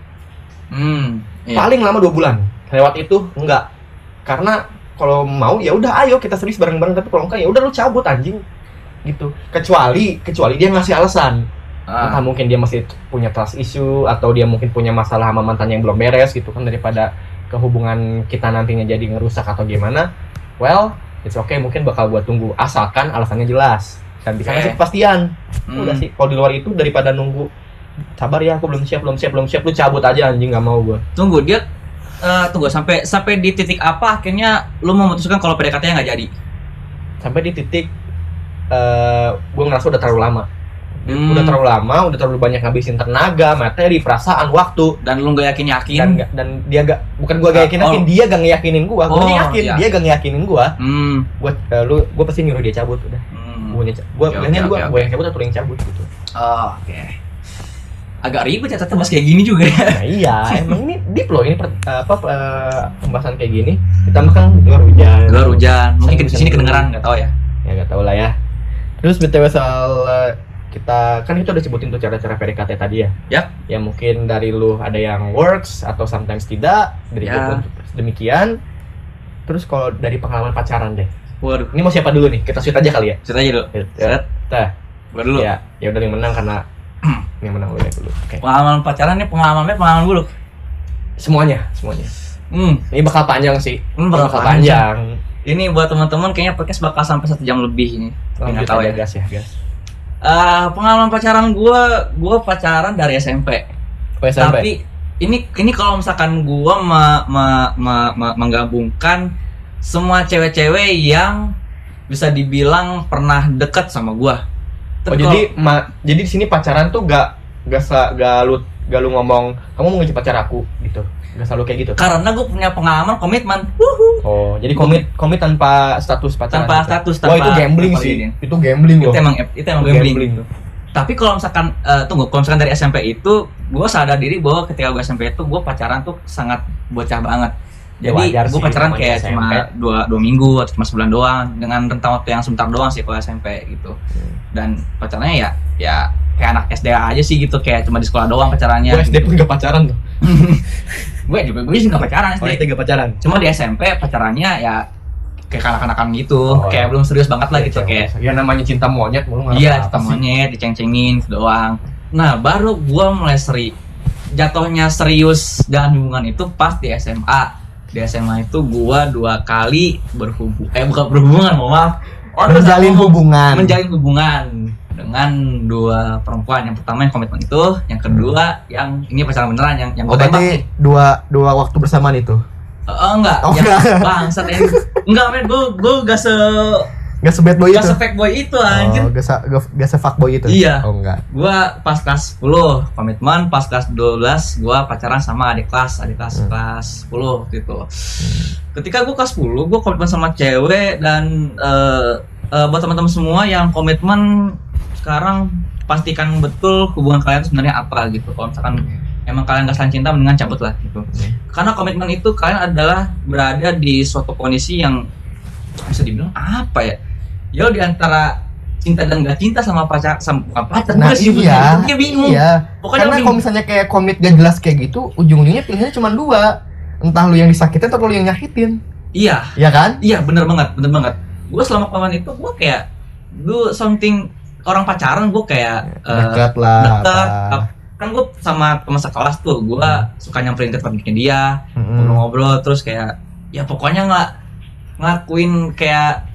S1: Hmm. Iya.
S2: paling lama dua bulan lewat itu enggak karena kalau mau ya udah ayo kita serius bareng-bareng tapi kalau enggak ya udah lu cabut anjing gitu kecuali kecuali dia ngasih alasan
S1: Ah,
S2: entah mungkin dia masih punya trust issue atau dia mungkin punya masalah sama mantannya yang belum beres gitu kan daripada kehubungan kita nantinya jadi ngerusak atau gimana well it's okay mungkin bakal gua tunggu asalkan alasannya jelas dan bisa
S1: Oke.
S2: ngasih kepastian
S1: Eh. hmm.
S2: udah sih kalau di luar itu daripada nunggu sabar ya aku belum siap belum siap belum siap lu cabut aja anjing nggak mau gua
S1: Tunggu dia eh, tunggu sampai sampai di titik apa akhirnya lu memutuskan kalau PDKT-nya nggak jadi.
S2: sampai di titik eh gue ngerasa udah terlalu lama
S1: Hmm,
S2: udah terlalu lama udah terlalu banyak ngabisin tenaga materi perasaan waktu
S1: dan lu nggak yakin yakin.
S2: dan nggak- dan dia gak bukan gue gak
S1: Ah,
S2: yakin yakin
S1: oh.
S2: dia gak ngeyakinin gue gue
S1: Oh,
S2: yakin
S1: iya.
S2: dia gak ngeyakinin gue
S1: Hmm.
S2: gue lu gue pasti nyuruh dia cabut udah
S1: hmm.
S2: gue gue
S1: Oke,
S2: pilihannya
S1: oke,
S2: gue
S1: oke,
S2: gue yang cabut atau lu yang cabut gitu
S1: Oh, Oke. Agak ribet ya ternyata bahas kayak gini juga ya.
S2: nah iya emang ini deep loh ini per- apa eh, pembahasan kayak gini ditambah kan di luar hujan
S1: Luar hujan, mungkin di
S2: Sering
S1: sini
S2: hujan
S1: kedengeran
S2: dulu.
S1: nggak tahu ya.
S2: ya gak tau lah ya terus btw soal eh, kita kan kita udah sebutin tuh cara-cara PDKT tadi ya
S1: Yap.
S2: ya mungkin dari lu ada yang works atau sometimes tidak dari
S1: Ya.
S2: gua pun demikian terus kalau dari pengalaman pacaran deh
S1: Waduh,
S2: ini mau siapa dulu nih kita sweet aja kali ya
S1: cerita aja dulu.
S2: ya
S1: Set. Gua dulu.
S2: ya, ya udah yang menang karena yang menang lu ya dulu oke
S1: Pengalaman pacarannya pengalamannya pengalaman dulu.
S2: semuanya semuanya
S1: Hmm.
S2: ini bakal panjang sih
S1: Ini
S2: Ini
S1: bakal panjang.
S2: panjang
S1: Ini buat teman-teman kayaknya podcast bakal sampai satu jam lebih ini.
S2: lanjut
S1: tahu
S2: aja
S1: ya.
S2: gas ya gas
S1: Eh, pengalaman pacaran gue, gue pacaran dari SMP.
S2: oh, ya, sampai.
S1: Tapi ini ini kalau misalkan gue me- me- me- me- menggabungkan semua cewek-cewek yang bisa dibilang pernah dekat sama gue.
S2: Oh, jadi ma- jadi di sini pacaran tuh gak gak sa- gak lu gak lu ngomong kamu mau ngejep pacar aku gitu. Gak selalu kayak gitu.
S1: karena gue punya pengalaman komitmen. Wuhu.
S2: Oh, jadi komit komit tanpa status pacaran.
S1: Tanpa
S2: gitu.
S1: status,
S2: Wah,
S1: tanpa-
S2: itu gambling
S1: tanpa
S2: sih.
S1: ini.
S2: Itu gambling
S1: Itu
S2: loh.
S1: emang itu emang
S2: Itu
S1: gambling.
S2: tuh.
S1: Tapi kalau misalkan eh, tunggu, kalau misalkan dari SMP itu, gue sadar diri bahwa ketika gue SMP itu gue pacaran tuh sangat bocah banget.
S2: Ya,
S1: Jadi
S2: wajar
S1: gue
S2: sih,
S1: pacaran
S2: namanya
S1: kayak cuma
S2: SMP.
S1: dua, dua minggu atau cuma sebulan doang dengan rentang waktu yang sebentar doang sih kalau SMP gitu. Dan pacarnya ya ya kayak anak SD aja sih gitu kayak cuma di sekolah doang pacarannya.
S2: Gua SD pun gak pacaran tuh.
S1: Gue juga gue juga nggak pacaran
S2: Oh,
S1: SD.
S2: SD gak pacaran.
S1: Cuma di SMP pacarannya ya kayak kanak-kanakan gitu,
S2: Oh,
S1: kayak
S2: ya.
S1: belum serius banget lah gitu kayak
S2: ya namanya cinta monyet mulu ngarep
S1: Iya,
S2: apa sih?
S1: temennya diceng-cengin doang. Nah, baru gua mulai seri jatuhnya serius dalam hubungan itu pas di SMA. Di SMA itu gua dua kali berhubung eh bukan berhubungan, mohon maaf. Oh, terus
S2: Menjalin
S1: aku-
S2: hubungan.
S1: Menjalin hubungan dengan dua perempuan. Yang pertama yang komitmen itu, yang kedua yang ini pacaran beneran yang yang
S2: Oh,
S1: gua tembak.
S2: berarti dua dua waktu bersamaan itu.
S1: Eh, eh, enggak,
S2: Oh,
S1: yang
S2: enggak.
S1: bangsat yang enggak men, gua gua gak se
S2: Gak sebet boy
S1: gak
S2: itu.
S1: se fake boy itu anjir.
S2: Oh, gak se gak, gak sefuckboy itu.
S1: Iya.
S2: Oh, enggak.
S1: gua pas kelas 10 komitmen pas kelas 12 gua pacaran sama adik kelas adik kelas
S2: Hmm.
S1: kelas 10 gitu ketika gua kelas 10 gua komitmen sama cewek dan eh, eh, buat teman-teman semua yang komitmen sekarang pastikan betul hubungan kalian itu sebenarnya apa gitu kalau misalkan emang kalian gak saling cinta mendingan cabut lah gitu karena komitmen itu kalian adalah berada di suatu kondisi yang bisa dibilang apa ya ya lo di antara cinta dan gak cinta sama pacar sama bukan pacar
S2: Nah,
S1: gua sih
S2: iya.
S1: sebenarnya bingung
S2: Iya.
S1: pokoknya
S2: Karena
S1: lo
S2: kalau
S1: bingung
S2: misalnya kayak komit gak jelas kayak gitu, ujung-ujungnya pilihannya cuma dua. Entah lu yang disakitin atau lu yang nyakitin.
S1: iya
S2: Ya kan?
S1: iya bener banget bener banget gue selama kemarin itu gue kayak gue something orang pacaran gue kayak eh,
S2: dekat lah.
S1: deket
S2: apa. Hmm.
S1: ap- kan gue sama teman sekelas tuh gue suka nyamperin ke tempatnya dia
S2: Mm-mm.
S1: ngobrol-ngobrol terus kayak ya pokoknya nggak ngelakuin kayak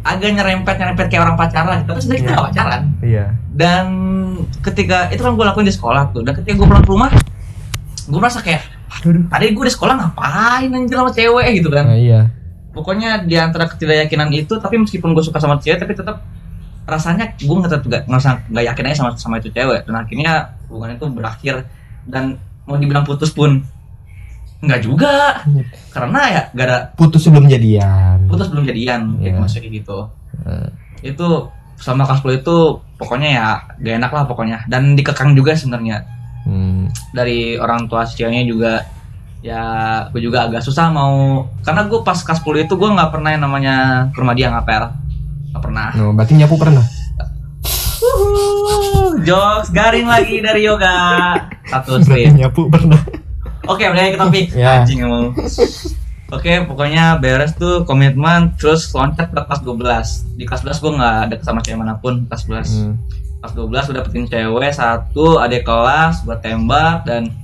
S1: agak nyerempet nyerempet kayak orang pacaran gitu tapi sebenarnya kita
S2: Iya.
S1: nggak pacaran
S2: Iya.
S1: dan ketika itu kan gue lakuin di sekolah tuh dan ketika gue pulang ke rumah gue merasa kayak
S2: Aduh.
S1: tadi gue di sekolah ngapain anjir sama cewek gitu kan
S2: Nah, iya.
S1: pokoknya di antara ketidakyakinan itu tapi meskipun gue suka sama cewek tapi tetap rasanya gue nggak tetap nggak ngerasa nggak yakin aja sama sama itu cewek dan akhirnya hubungan itu berakhir dan mau dibilang putus pun nggak juga karena ya gak ada
S2: Putus sebelum jadian.
S1: putus belum jadian
S2: Iya.
S1: kayak maksudnya kayak gitu
S2: Hmm.
S1: itu selama kelas 10 itu pokoknya ya gak enak lah pokoknya dan dikekang juga sebenarnya
S2: Hmm.
S1: dari orang tua si ceweknya juga ya gue juga agak susah mau karena gue pas kelas 10 itu gue nggak pernah yang namanya ke rumah dia ngapel nggak pernah
S2: No, Nah, berarti nyapu pernah.
S1: Wuhu, jokes garing lagi dari yoga satu
S2: Berarti
S1: stream
S2: nyapu pernah.
S1: oke balik lagi ya, ke topik
S2: Ya.
S1: anjing emang Oke, pokoknya beres tuh komitmen terus loncat ke kelas 12. Di kelas 12 gue nggak deket sama cewek manapun kelas 12.
S2: Hmm.
S1: Kelas 12 udah dapetin cewek satu, adik kelas buat tembak dan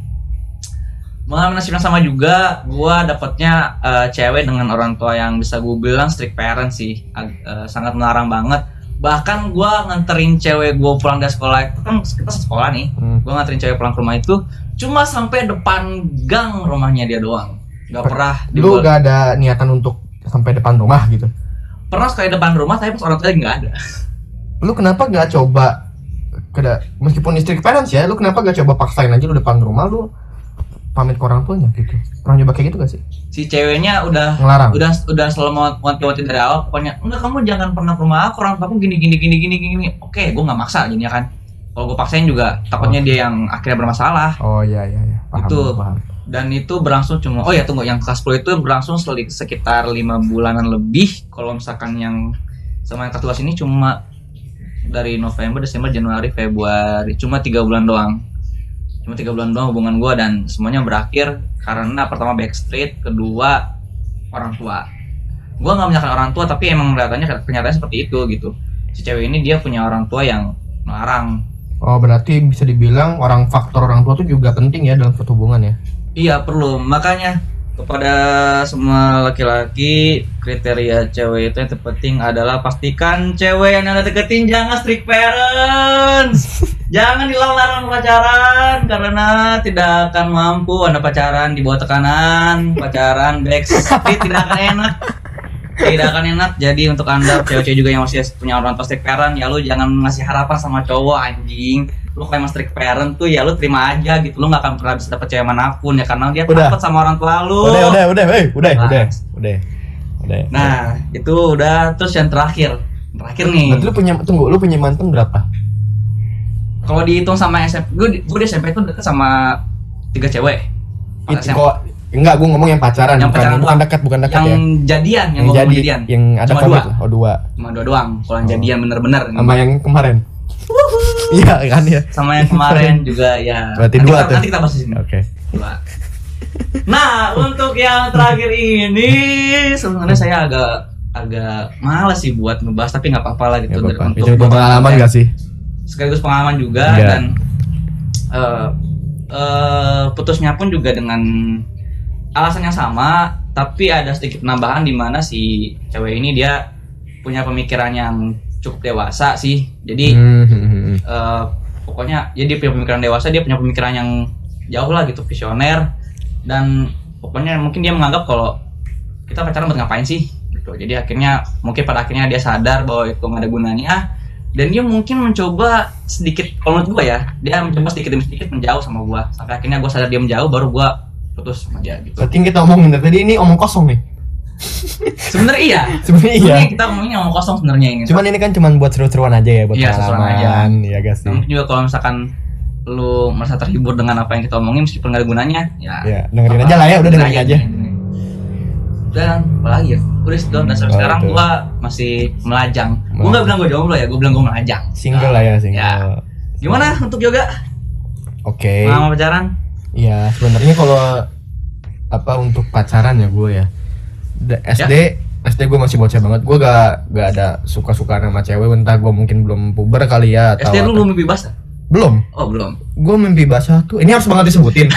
S1: mengalami nasibnya sama juga. Gua dapetnya eh, cewek dengan orang tua yang bisa gue bilang strict parent sih, Ag- eh, sangat melarang banget. Bahkan gua nganterin cewek gue pulang dari sekolah, kan kita sekolah nih
S2: Hmm.
S1: gue nganterin cewek pulang ke rumah itu cuma sampai depan gang rumahnya dia doang nggak pernah di
S2: Lu gak ada niatan untuk sampai depan rumah gitu.
S1: pernah sekali depan rumah tapi pas orang tuanya nggak ada
S2: Lu kenapa gak coba keda meskipun istri parents ya, lu kenapa gak coba paksain aja lu depan rumah lu pamit ke orang tuanya gitu. Pernah coba kayak gitu gak sih?
S1: si ceweknya udah
S2: Ngelarang.
S1: udah udah selalu wanti-wanti dari awal pokoknya enggak kamu jangan pernah ke rumah aku orang tuaku gini gini gini gini gini oke gue nggak maksa gini ya kan kalau gue paksain juga takutnya dia yang akhirnya bermasalah
S2: Oh iya iya iya, paham
S1: Itu.
S2: paham.
S1: dan itu berlangsung cuma oh ya tunggu yang kelas 10 itu berlangsung seli- sekitar lima bulanan lebih kalau misalkan yang sama yang kelas 12 ini cuma dari November Desember Januari Februari cuma tiga bulan doang cuma tiga bulan doang hubungan gua dan semuanya berakhir karena pertama backstreet kedua orang tua gua nggak menyalahkan orang tua tapi emang kelihatannya kenyataannya seperti itu gitu si cewek ini dia punya orang tua yang melarang
S2: Oh berarti bisa dibilang orang faktor orang tua tuh juga penting ya dalam suatu hubungan ya.
S1: Iya perlu makanya kepada semua laki-laki kriteria cewek itu yang terpenting adalah pastikan cewek yang anda deketin jangan strict parents jangan dilarang pacaran karena tidak akan mampu anda pacaran di bawah tekanan pacaran backstreet tidak akan enak tidak akan enak jadi untuk anda cewek-cewek juga yang masih punya orang tua strict parent ya lu jangan ngasih harapan sama cowok anjing lu kalau emang strict parent tuh ya lu terima aja gitu lu nggak akan pernah bisa dapet cewek manapun ya karena dia
S3: Udah.
S1: takut sama orang tua lu
S3: Udah, udah, udah, hey, udah,
S1: Nah.
S3: udah, udah, udah.
S1: nah itu udah terus yang terakhir terakhir nih
S2: Berarti lu punya tunggu lu punya mantan berapa?
S1: kalau dihitung sama SMP gue di, gua di SMP tuh deket sama tiga cewek Kalau
S2: Itu
S1: SMP.
S2: kok enggak gua ngomong yang pacaran
S1: Yang
S2: bukan
S1: pacaran
S2: bukan
S1: doang.
S2: dekat bukan dekat
S1: yang
S2: ya.
S1: jadian yang,
S2: Yang
S1: gua
S2: jadi
S1: jadian
S2: yang ada
S1: cuma dua
S2: komit lah. Oh dua.
S1: cuma dua doang kalau yang
S2: Oh.
S1: jadian bener-bener
S2: Sama yang kemarin. Iya kan ya.
S1: sama yang kemarin juga ya
S3: Berarti
S1: nanti
S3: dua
S1: kita,
S3: tuh.
S1: nanti kita bahas di sini
S3: Oke.
S1: Dua. Nah, untuk yang terakhir ini sebenarnya saya agak agak malas sih buat ngebahas tapi nggak apa-apa lah gitu
S3: Nggak apa-apa.
S1: Untuk
S3: Itu pengalaman gak sih?
S1: sekaligus pengalaman juga
S3: Iya.
S1: dan eh, eh, putusnya pun juga dengan alasan yang sama tapi ada sedikit penambahan di mana si cewek ini dia punya pemikiran yang cukup dewasa sih. Jadi
S2: Hmm, hmm, hmm, hmm.
S1: eh, pokoknya ya dia punya pemikiran dewasa dia punya pemikiran yang jauh lah gitu visioner dan pokoknya mungkin dia menganggap kalau kita pacaran buat ngapain sih gitu jadi akhirnya mungkin pada akhirnya dia sadar bahwa itu nggak ada gunanya Ah, dan dia mungkin mencoba sedikit kalau menurut gue ya dia mencoba sedikit demi sedikit menjauh sama gue sampai akhirnya gue sadar dia menjauh baru gue putus sama dia gitu
S2: Berarti kita omongin dari tadi ini omong kosong nih.
S1: sebenarnya iya
S2: Sebenarnya iya.
S1: Sebenarnya kita ngomongnya ngomong kosong sebenarnya ini
S3: Cuman ini kan cuman buat seru-seruan aja ya, buat
S1: Gitu. Iya, seru-seruan aja.
S3: pengalaman,
S2: Iya,
S3: ya guys
S1: Nah,
S3: sih.
S1: mungkin juga kalau misalkan lu merasa terhibur dengan apa yang kita omongin meskipun nggak ada gunanya ya
S2: Iya.
S3: Ya, dengerin aja lah ya, udah
S1: Nah,
S3: dengerin aja.
S1: iya, dan apalagi ya udah itu doang. dan sampai
S3: Oh,
S1: sekarang
S3: itu.
S1: gua masih melajang gua
S3: Melajang.
S1: nggak bilang gua jomblo ya gua bilang gua melajang
S3: Single lah ya,
S1: Ya.
S3: single.
S1: gimana untuk yoga
S3: Oke.
S1: pengalaman pacaran
S2: Ya sebenarnya kalau apa untuk pacaran ya gue ya Da- SD SD gue masih bocah banget gue gak gak ada suka suka sama cewek entah gue mungkin belum puber kali ya atau
S1: SD lu
S2: apa.
S1: belum mimpi basah
S2: belum
S1: oh belum
S2: gue mimpi basah tuh ini harus banget disebutin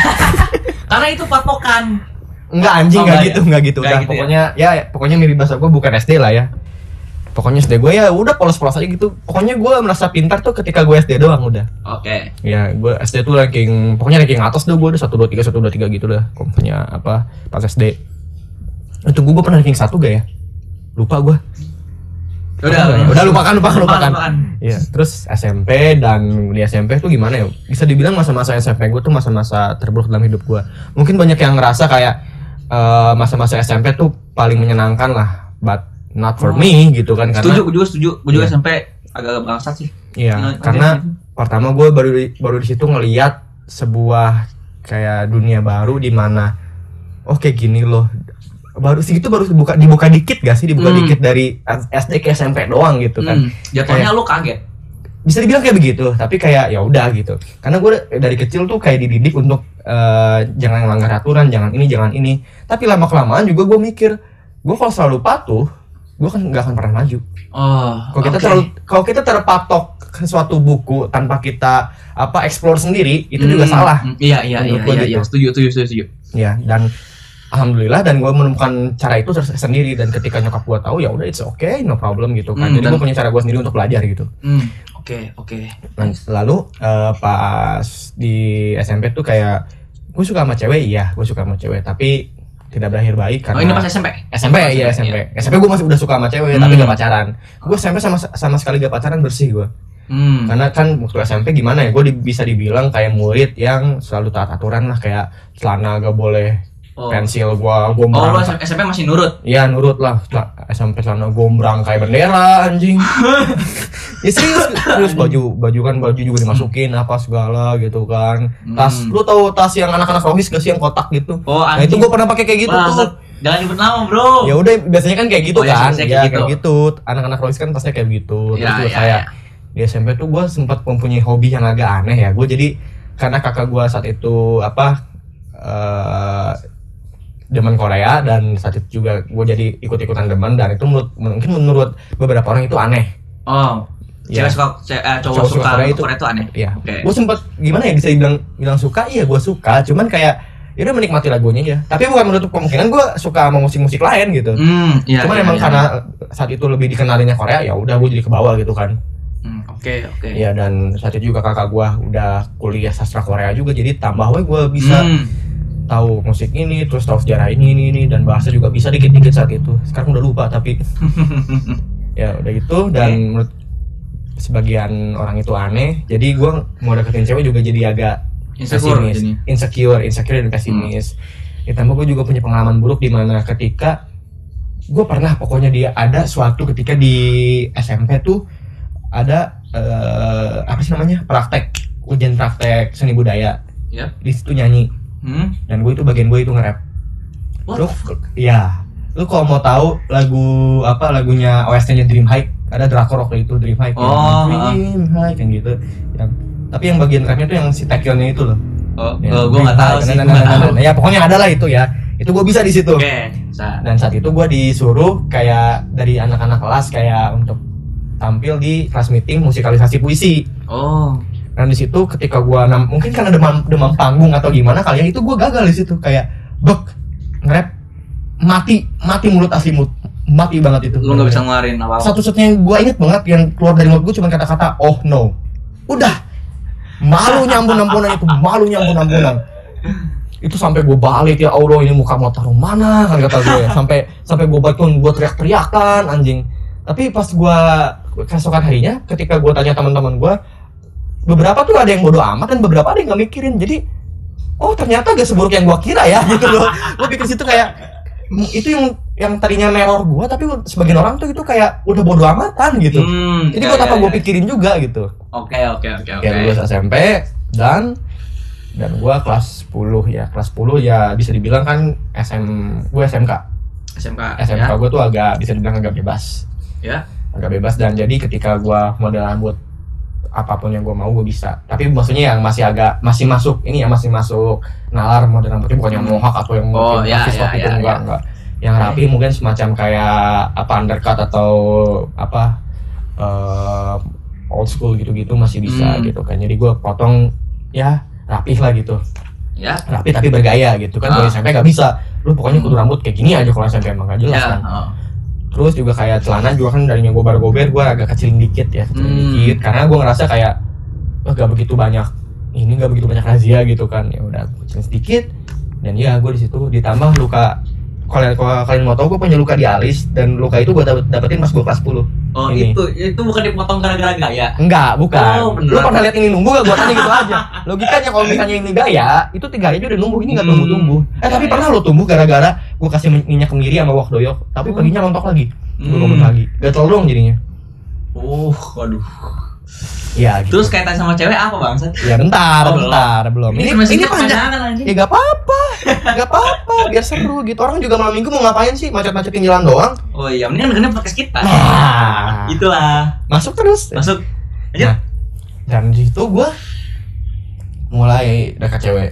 S1: karena itu patokan
S2: Enggak anjing
S1: Oh,
S2: enggak
S1: enggak
S2: gitu,
S1: ya?
S2: enggak gitu.
S1: Enggak
S2: Udah,
S1: gitu ya?
S2: pokoknya ya? ya, pokoknya mimpi bahasa gua bukan SD lah ya. Pokoknya SD gua ya udah polos-polos aja gitu. Pokoknya gua merasa pintar tuh ketika gua SD doang udah.
S1: oke
S2: Ya, gua SD tuh ranking pokoknya ranking atas tuh gua udah 1 2 3 1 2 3 gitu dah. Kalau punya apa pas SD. Itu gua, gua pernah ranking 1 gak ya? Lupa gua.
S1: udah
S2: Apa ya? udah lupakan, lupakan, lupakan.
S1: lupakan.
S2: Iya, terus SMP dan di SMP tuh gimana ya? Bisa dibilang masa-masa SMP gue tuh masa-masa terburuk dalam hidup gue. Mungkin banyak yang ngerasa kayak eh, masa-masa SMP tuh paling menyenangkan lah, but not for me gitu kan karena
S1: setuju Nah, gua juga setuju gua juga
S2: Iya.
S1: sampai agak bangsat sih
S2: Iya,
S1: Menurut gua
S2: karena
S1: dia-
S2: pertama gue baru di, baru di situ ngeliat sebuah kayak dunia baru di mana oh kayak gini loh baru sih itu baru dibuka dibuka dikit gak sih dibuka
S1: Hmm.
S2: dikit dari SD ke SMP doang gitu
S1: Hmm,
S2: kan
S1: jatuhnya lu kaget
S2: bisa dibilang kayak begitu tapi kayak ya udah gitu karena gue dari kecil tuh kayak dididik untuk eh, jangan melanggar aturan jangan ini jangan ini tapi lama kelamaan juga gue mikir gue kalau selalu patuh gue kan nggak akan pernah maju
S1: Oh,
S2: kalau kita
S1: oke.
S2: terlalu kalau kita terpatok ke suatu buku tanpa kita apa explore sendiri itu juga
S1: Hmm,
S2: salah
S1: hmm, Iya, iya, iya,
S2: Menurut gua
S1: iya,
S2: gitu.
S1: iya. Setuju, setuju, setuju, setuju.
S2: ya dan alhamdulillah dan gue menemukan cara itu ter- sendiri dan ketika nyokap gue tahu ya udah it's okay no problem gitu kan
S1: Hmm,
S2: jadi
S1: dan-
S2: gue punya cara gue sendiri untuk belajar gitu
S1: Hmm, oke, oke.
S2: Nah, lalu eh, pas di SMP tuh kayak gue suka sama cewek iya gue suka sama cewek tapi tidak berakhir baik
S1: Oh,
S2: karena
S1: ini pas SMP.
S2: SMP ya SMP
S1: Iya.
S2: SMP gue masih udah suka sama cewek tapi
S1: Hmm.
S2: gak pacaran gue SMP sama sama sekali gak pacaran bersih gue
S1: Hmm.
S2: karena kan waktu SMP gimana ya gue bisa dibilang kayak murid yang selalu taat aturan lah kayak celana gak boleh
S1: Oh.
S2: pensil
S1: Oh,
S2: gua gombrang
S1: lu SMP masih nurut.
S2: ya nurut lah Cel- SMP celana gombrang kayak bendera anjing ya serius terus baju baju kan baju juga dimasukin apa segala gitu kan tas
S1: Hmm.
S2: lu tahu tas yang anak-anak rohis gak sih yang kotak gitu
S1: Oh,
S2: nah itu
S1: anjing.
S2: gua pernah pakai kayak gitu
S1: Bangsat.
S2: tuh
S1: Jangan nyebut nama, Bro.
S2: ya udah biasanya kan kayak gitu
S1: Oh, ya,
S2: kan
S1: biasanya
S2: ya
S1: kayak
S2: kayak
S1: gitu.
S2: gitu anak-anak rohis kan tasnya kayak gitu terus
S1: Ya,
S2: juga
S1: ya,
S2: kayak di SMP tuh gua sempat mempunyai hobi yang agak aneh ya gue jadi karena kakak gua saat itu apa eh demen Korea dan saat itu juga gue jadi ikut-ikutan demen dan itu menurut mungkin menurut beberapa orang itu aneh
S1: Oh.
S2: Ya.
S1: Cewek suka ce- eh, cowok,
S2: Cowok suka
S1: suka
S2: Korea
S1: Korea
S2: itu-
S1: itu. Korea itu aneh.
S2: ya
S1: Oke.
S2: gue sempat gimana ya bisa bilang bilang suka iya gue suka cuman kayak ya udah menikmati lagunya aja tapi bukan menutup kemungkinan gue suka sama musik-musik lain gitu
S1: Hmm, iya.
S2: cuman
S1: iya,
S2: emang
S1: iya.
S2: karena saat itu lebih dikenalinya Korea ya udah gue jadi ke bawah gitu kan
S1: Hmm, oke, oke.
S2: Iya dan saat itu juga kakak gua udah kuliah sastra Korea juga jadi tambah we gua bisa
S1: Hmm.
S2: tahu musik ini terus tahu sejarah ini ini ini dan bahasa juga bisa dikit-dikit saat itu sekarang udah lupa tapi ya udah gitu dan
S1: Oke.
S2: menurut sebagian orang itu aneh jadi gua mau deketin cewek juga jadi agak
S1: Insecure
S2: pesimis.
S1: jadinya.
S2: insecure insecure
S1: Hmm.
S2: dan pesimis ditambah gue juga punya pengalaman buruk di mana ketika gue pernah pokoknya dia ada suatu ketika di SMP tuh ada eh, apa sih namanya praktek ujian praktek seni budaya
S1: Yap.
S2: di situ nyanyi
S1: Hmm.
S2: dan gue itu bagian gue itu nge-rap
S1: What
S2: lu ya lu kalau mau tahu lagu apa lagunya OST-nya Dream High ada drakor waktu itu Dream High
S1: Oh,
S2: yang Dream High yang gitu yang tapi yang bagian rapnya tuh yang si Taekyonnya itu loh
S1: Oh,
S2: Ya,
S1: oh, gua nggak tahu
S2: nah,
S1: sih.
S2: nah,
S1: gua
S2: nah,
S1: nggak
S2: nah,
S1: tahu.
S2: nah, Ya pokoknya ada lah itu ya. Itu gue bisa di situ.
S1: Oke. sa-
S2: Dan saat itu gue disuruh kayak dari anak-anak kelas kayak untuk tampil di kelas meeting musikalisasi puisi.
S1: Oh.
S2: Dan di situ ketika gue mungkin karena demam demam panggung atau gimana kali ya itu gue gagal di situ kayak bek nge-rap mati mati mulut asli mulut mati banget itu.
S1: Lu nggak bisa ngeluarin apa-apa.
S2: Satu-satunya yang gue inget banget yang keluar dari mulut gue cuma kata-kata oh no. Udah. Malu nyampun ampunan itu, malu nyampun ampunan. Itu sampai gue balik ya Allah ini muka mau taruh mana kan kata gue. Sampai sampai gue balik pun gue teriak-teriakan anjing. Tapi pas gue keesokan harinya ketika gue tanya teman-teman gue beberapa tuh ada yang bodoh amat dan beberapa ada yang nggak mikirin jadi oh ternyata gak seburuk yang gue kira ya gitu loh gue pikir situ kayak "M- itu yang yang tadinya neror gue tapi sebagian orang tuh itu kayak udah bodoh amatan gitu
S1: Hmm.
S2: jadi
S1: ya,
S2: buat
S1: ya,
S2: apa
S1: ya.
S2: gue pikirin juga gitu
S1: Oke, oke, oke,
S2: ya
S1: oke.
S2: lulus SMP dan dan gua kelas 10 ya kelas 10 ya bisa dibilang kan SM gue SMK
S1: SMK.
S2: SMK
S1: ya.
S2: gue tuh agak bisa dibilang agak bebas
S1: Ya.
S2: agak bebas dan jadi ketika gua model rambut apapun yang gua mau gue bisa tapi maksudnya yang masih agak masih masuk ini ya masih masuk nalar model rambutnya bukan yang mohawk atau yang
S1: Oh,
S2: mungkin
S1: ya,
S2: racist
S1: ya,
S2: waktu
S1: ya,
S2: itu,
S1: ya.
S2: enggak
S1: Iya.
S2: enggak yang rapi mungkin semacam kayak apa undercut atau apa eh, old school gitu-gitu masih bisa
S1: Hmm.
S2: gitu kan jadi gua potong ya rapih lah gitu
S1: Ya.
S2: rapi tapi bergaya gitu kan
S1: Ah.
S2: kalau SMP nggak bisa lu pokoknya kudu rambut kayak gini aja kalau SMP emang nggak jelas
S1: Ya.
S2: kan
S1: oh.
S2: terus juga kayak celana juga kan dari yang gobar gober gue agak kecilin dikit ya kecilin
S1: Hmm.
S2: dikit karena gue ngerasa kayak oh, gak begitu banyak ini gak begitu banyak razia gitu kan ya udah gua kecilin sedikit dan ya gue di situ ditambah luka kalian kalau kalian mau tahu gue punya luka di alis dan luka itu gue dapet, dapetin pas gue kelas 10
S1: Oh,
S2: Ini.
S1: itu itu bukan dipotong gara-gara gaya.
S2: enggak bukan
S1: Oh, beneran.
S2: lu pernah lihat ini numbuh gak gue tanya gitu aja logikanya kalau misalnya ini gaya itu tiga aja udah numbuh ini gak
S1: Hmm.
S2: tumbuh tumbuh eh
S1: Ya,
S2: tapi
S1: ya.
S2: pernah lo tumbuh gara-gara gue kasih minyak kemiri sama wak doyok tapi
S1: Hmm.
S2: paginya lontok lagi gue
S1: Hmm.
S2: ngomong lagi gatel dong jadinya
S1: Uh, waduh.
S2: Iya gitu.
S1: Terus kaitan sama cewek apa, Bang?
S2: ya bentar,
S1: Oh, belum.
S2: bentar, belum. Ini ini, panjang. Ya
S1: anjing.
S2: gak apa-apa, gak apa-apa, biar seru gitu. Orang juga malam minggu mau ngapain sih? Macet-macetin jalan doang.
S1: Oh iya, mendingan dengerin podcast kita.
S2: Nah,
S1: Itulah.
S2: masuk terus.
S1: Masuk. Lanjut.
S2: Nah, dan di situ gue mulai dekat cewek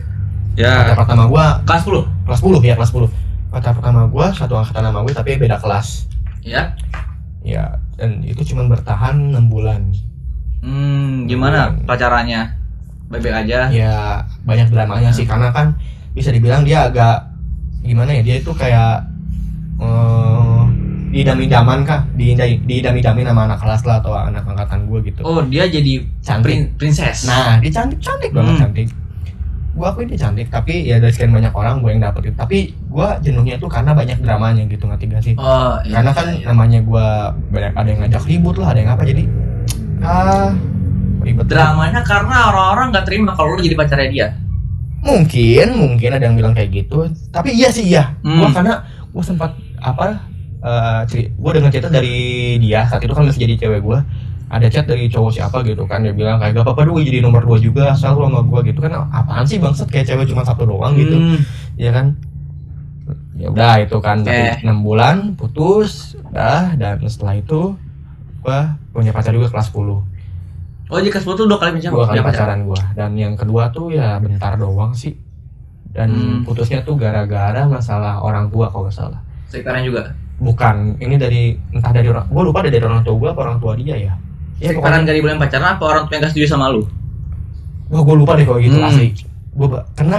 S2: pacar
S1: Ya.
S2: pertama gue
S1: Kelas 10.
S2: kelas 10 ya kelas 10 pacar pertama gue satu angkatan sama gue tapi beda kelas
S1: Ya.
S2: ya dan itu cuman bertahan 6 bulan
S1: Hmm, gimana pacarannya? Bebek aja.
S2: ya banyak dramanya sih karena kan bisa dibilang dia agak gimana ya dia itu kayak eh idam-idaman kah diindai diidam-idamin sama anak kelas lah atau anak angkatan gue gitu
S1: Oh, dia jadi
S2: cantik
S1: prin princess.
S2: nah dia cantik cantik banget
S1: Hmm.
S2: cantik gue akuin dia cantik tapi ya dari sekian banyak orang gue yang dapet itu tapi gue jenuhnya tuh karena banyak dramanya gitu ngerti gak sih
S1: Oh, iya.
S2: karena kan namanya gue banyak ada yang ngajak ribut lah ada yang apa jadi ah ribet
S1: dramanya karena orang-orang nggak terima kalau lu jadi pacarnya dia.
S2: mungkin mungkin ada yang bilang kayak gitu tapi iya sih iya
S1: Hmm.
S2: gua karena gua sempat apa eh ceri- gua dengar cerita dari dia saat itu kan masih jadi cewek gua ada chat dari cowok siapa gitu kan dia bilang kayak gak apa-apa dulu jadi nomor dua juga asal lu sama gua gitu kan apaan sih bangsat kayak cewek cuma satu doang gitu
S1: Hmm.
S2: ya kan ya udah itu kan
S1: Oke.
S2: tapi enam bulan putus dah dan setelah itu gua punya pacar juga kelas 10
S1: Oh, jadi kelas 10 tuh dua kali pacaran.
S2: dua kali
S1: Udah
S2: pacaran gua dan yang kedua tuh ya bentar doang sih dan
S1: Hmm.
S2: putusnya tuh gara-gara masalah orang tua kalau nggak salah
S1: Sekitaran juga.
S2: bukan ini dari entah dari orang gue lupa dari orang tua gue apa orang tua dia ya ya
S1: Sekitaran
S2: pokoknya
S1: gak dibilang pacaran apa orang tua yang gak setuju sama lu?
S2: wah gue lupa deh kalau gitu
S1: Hmm.
S2: asli gue karena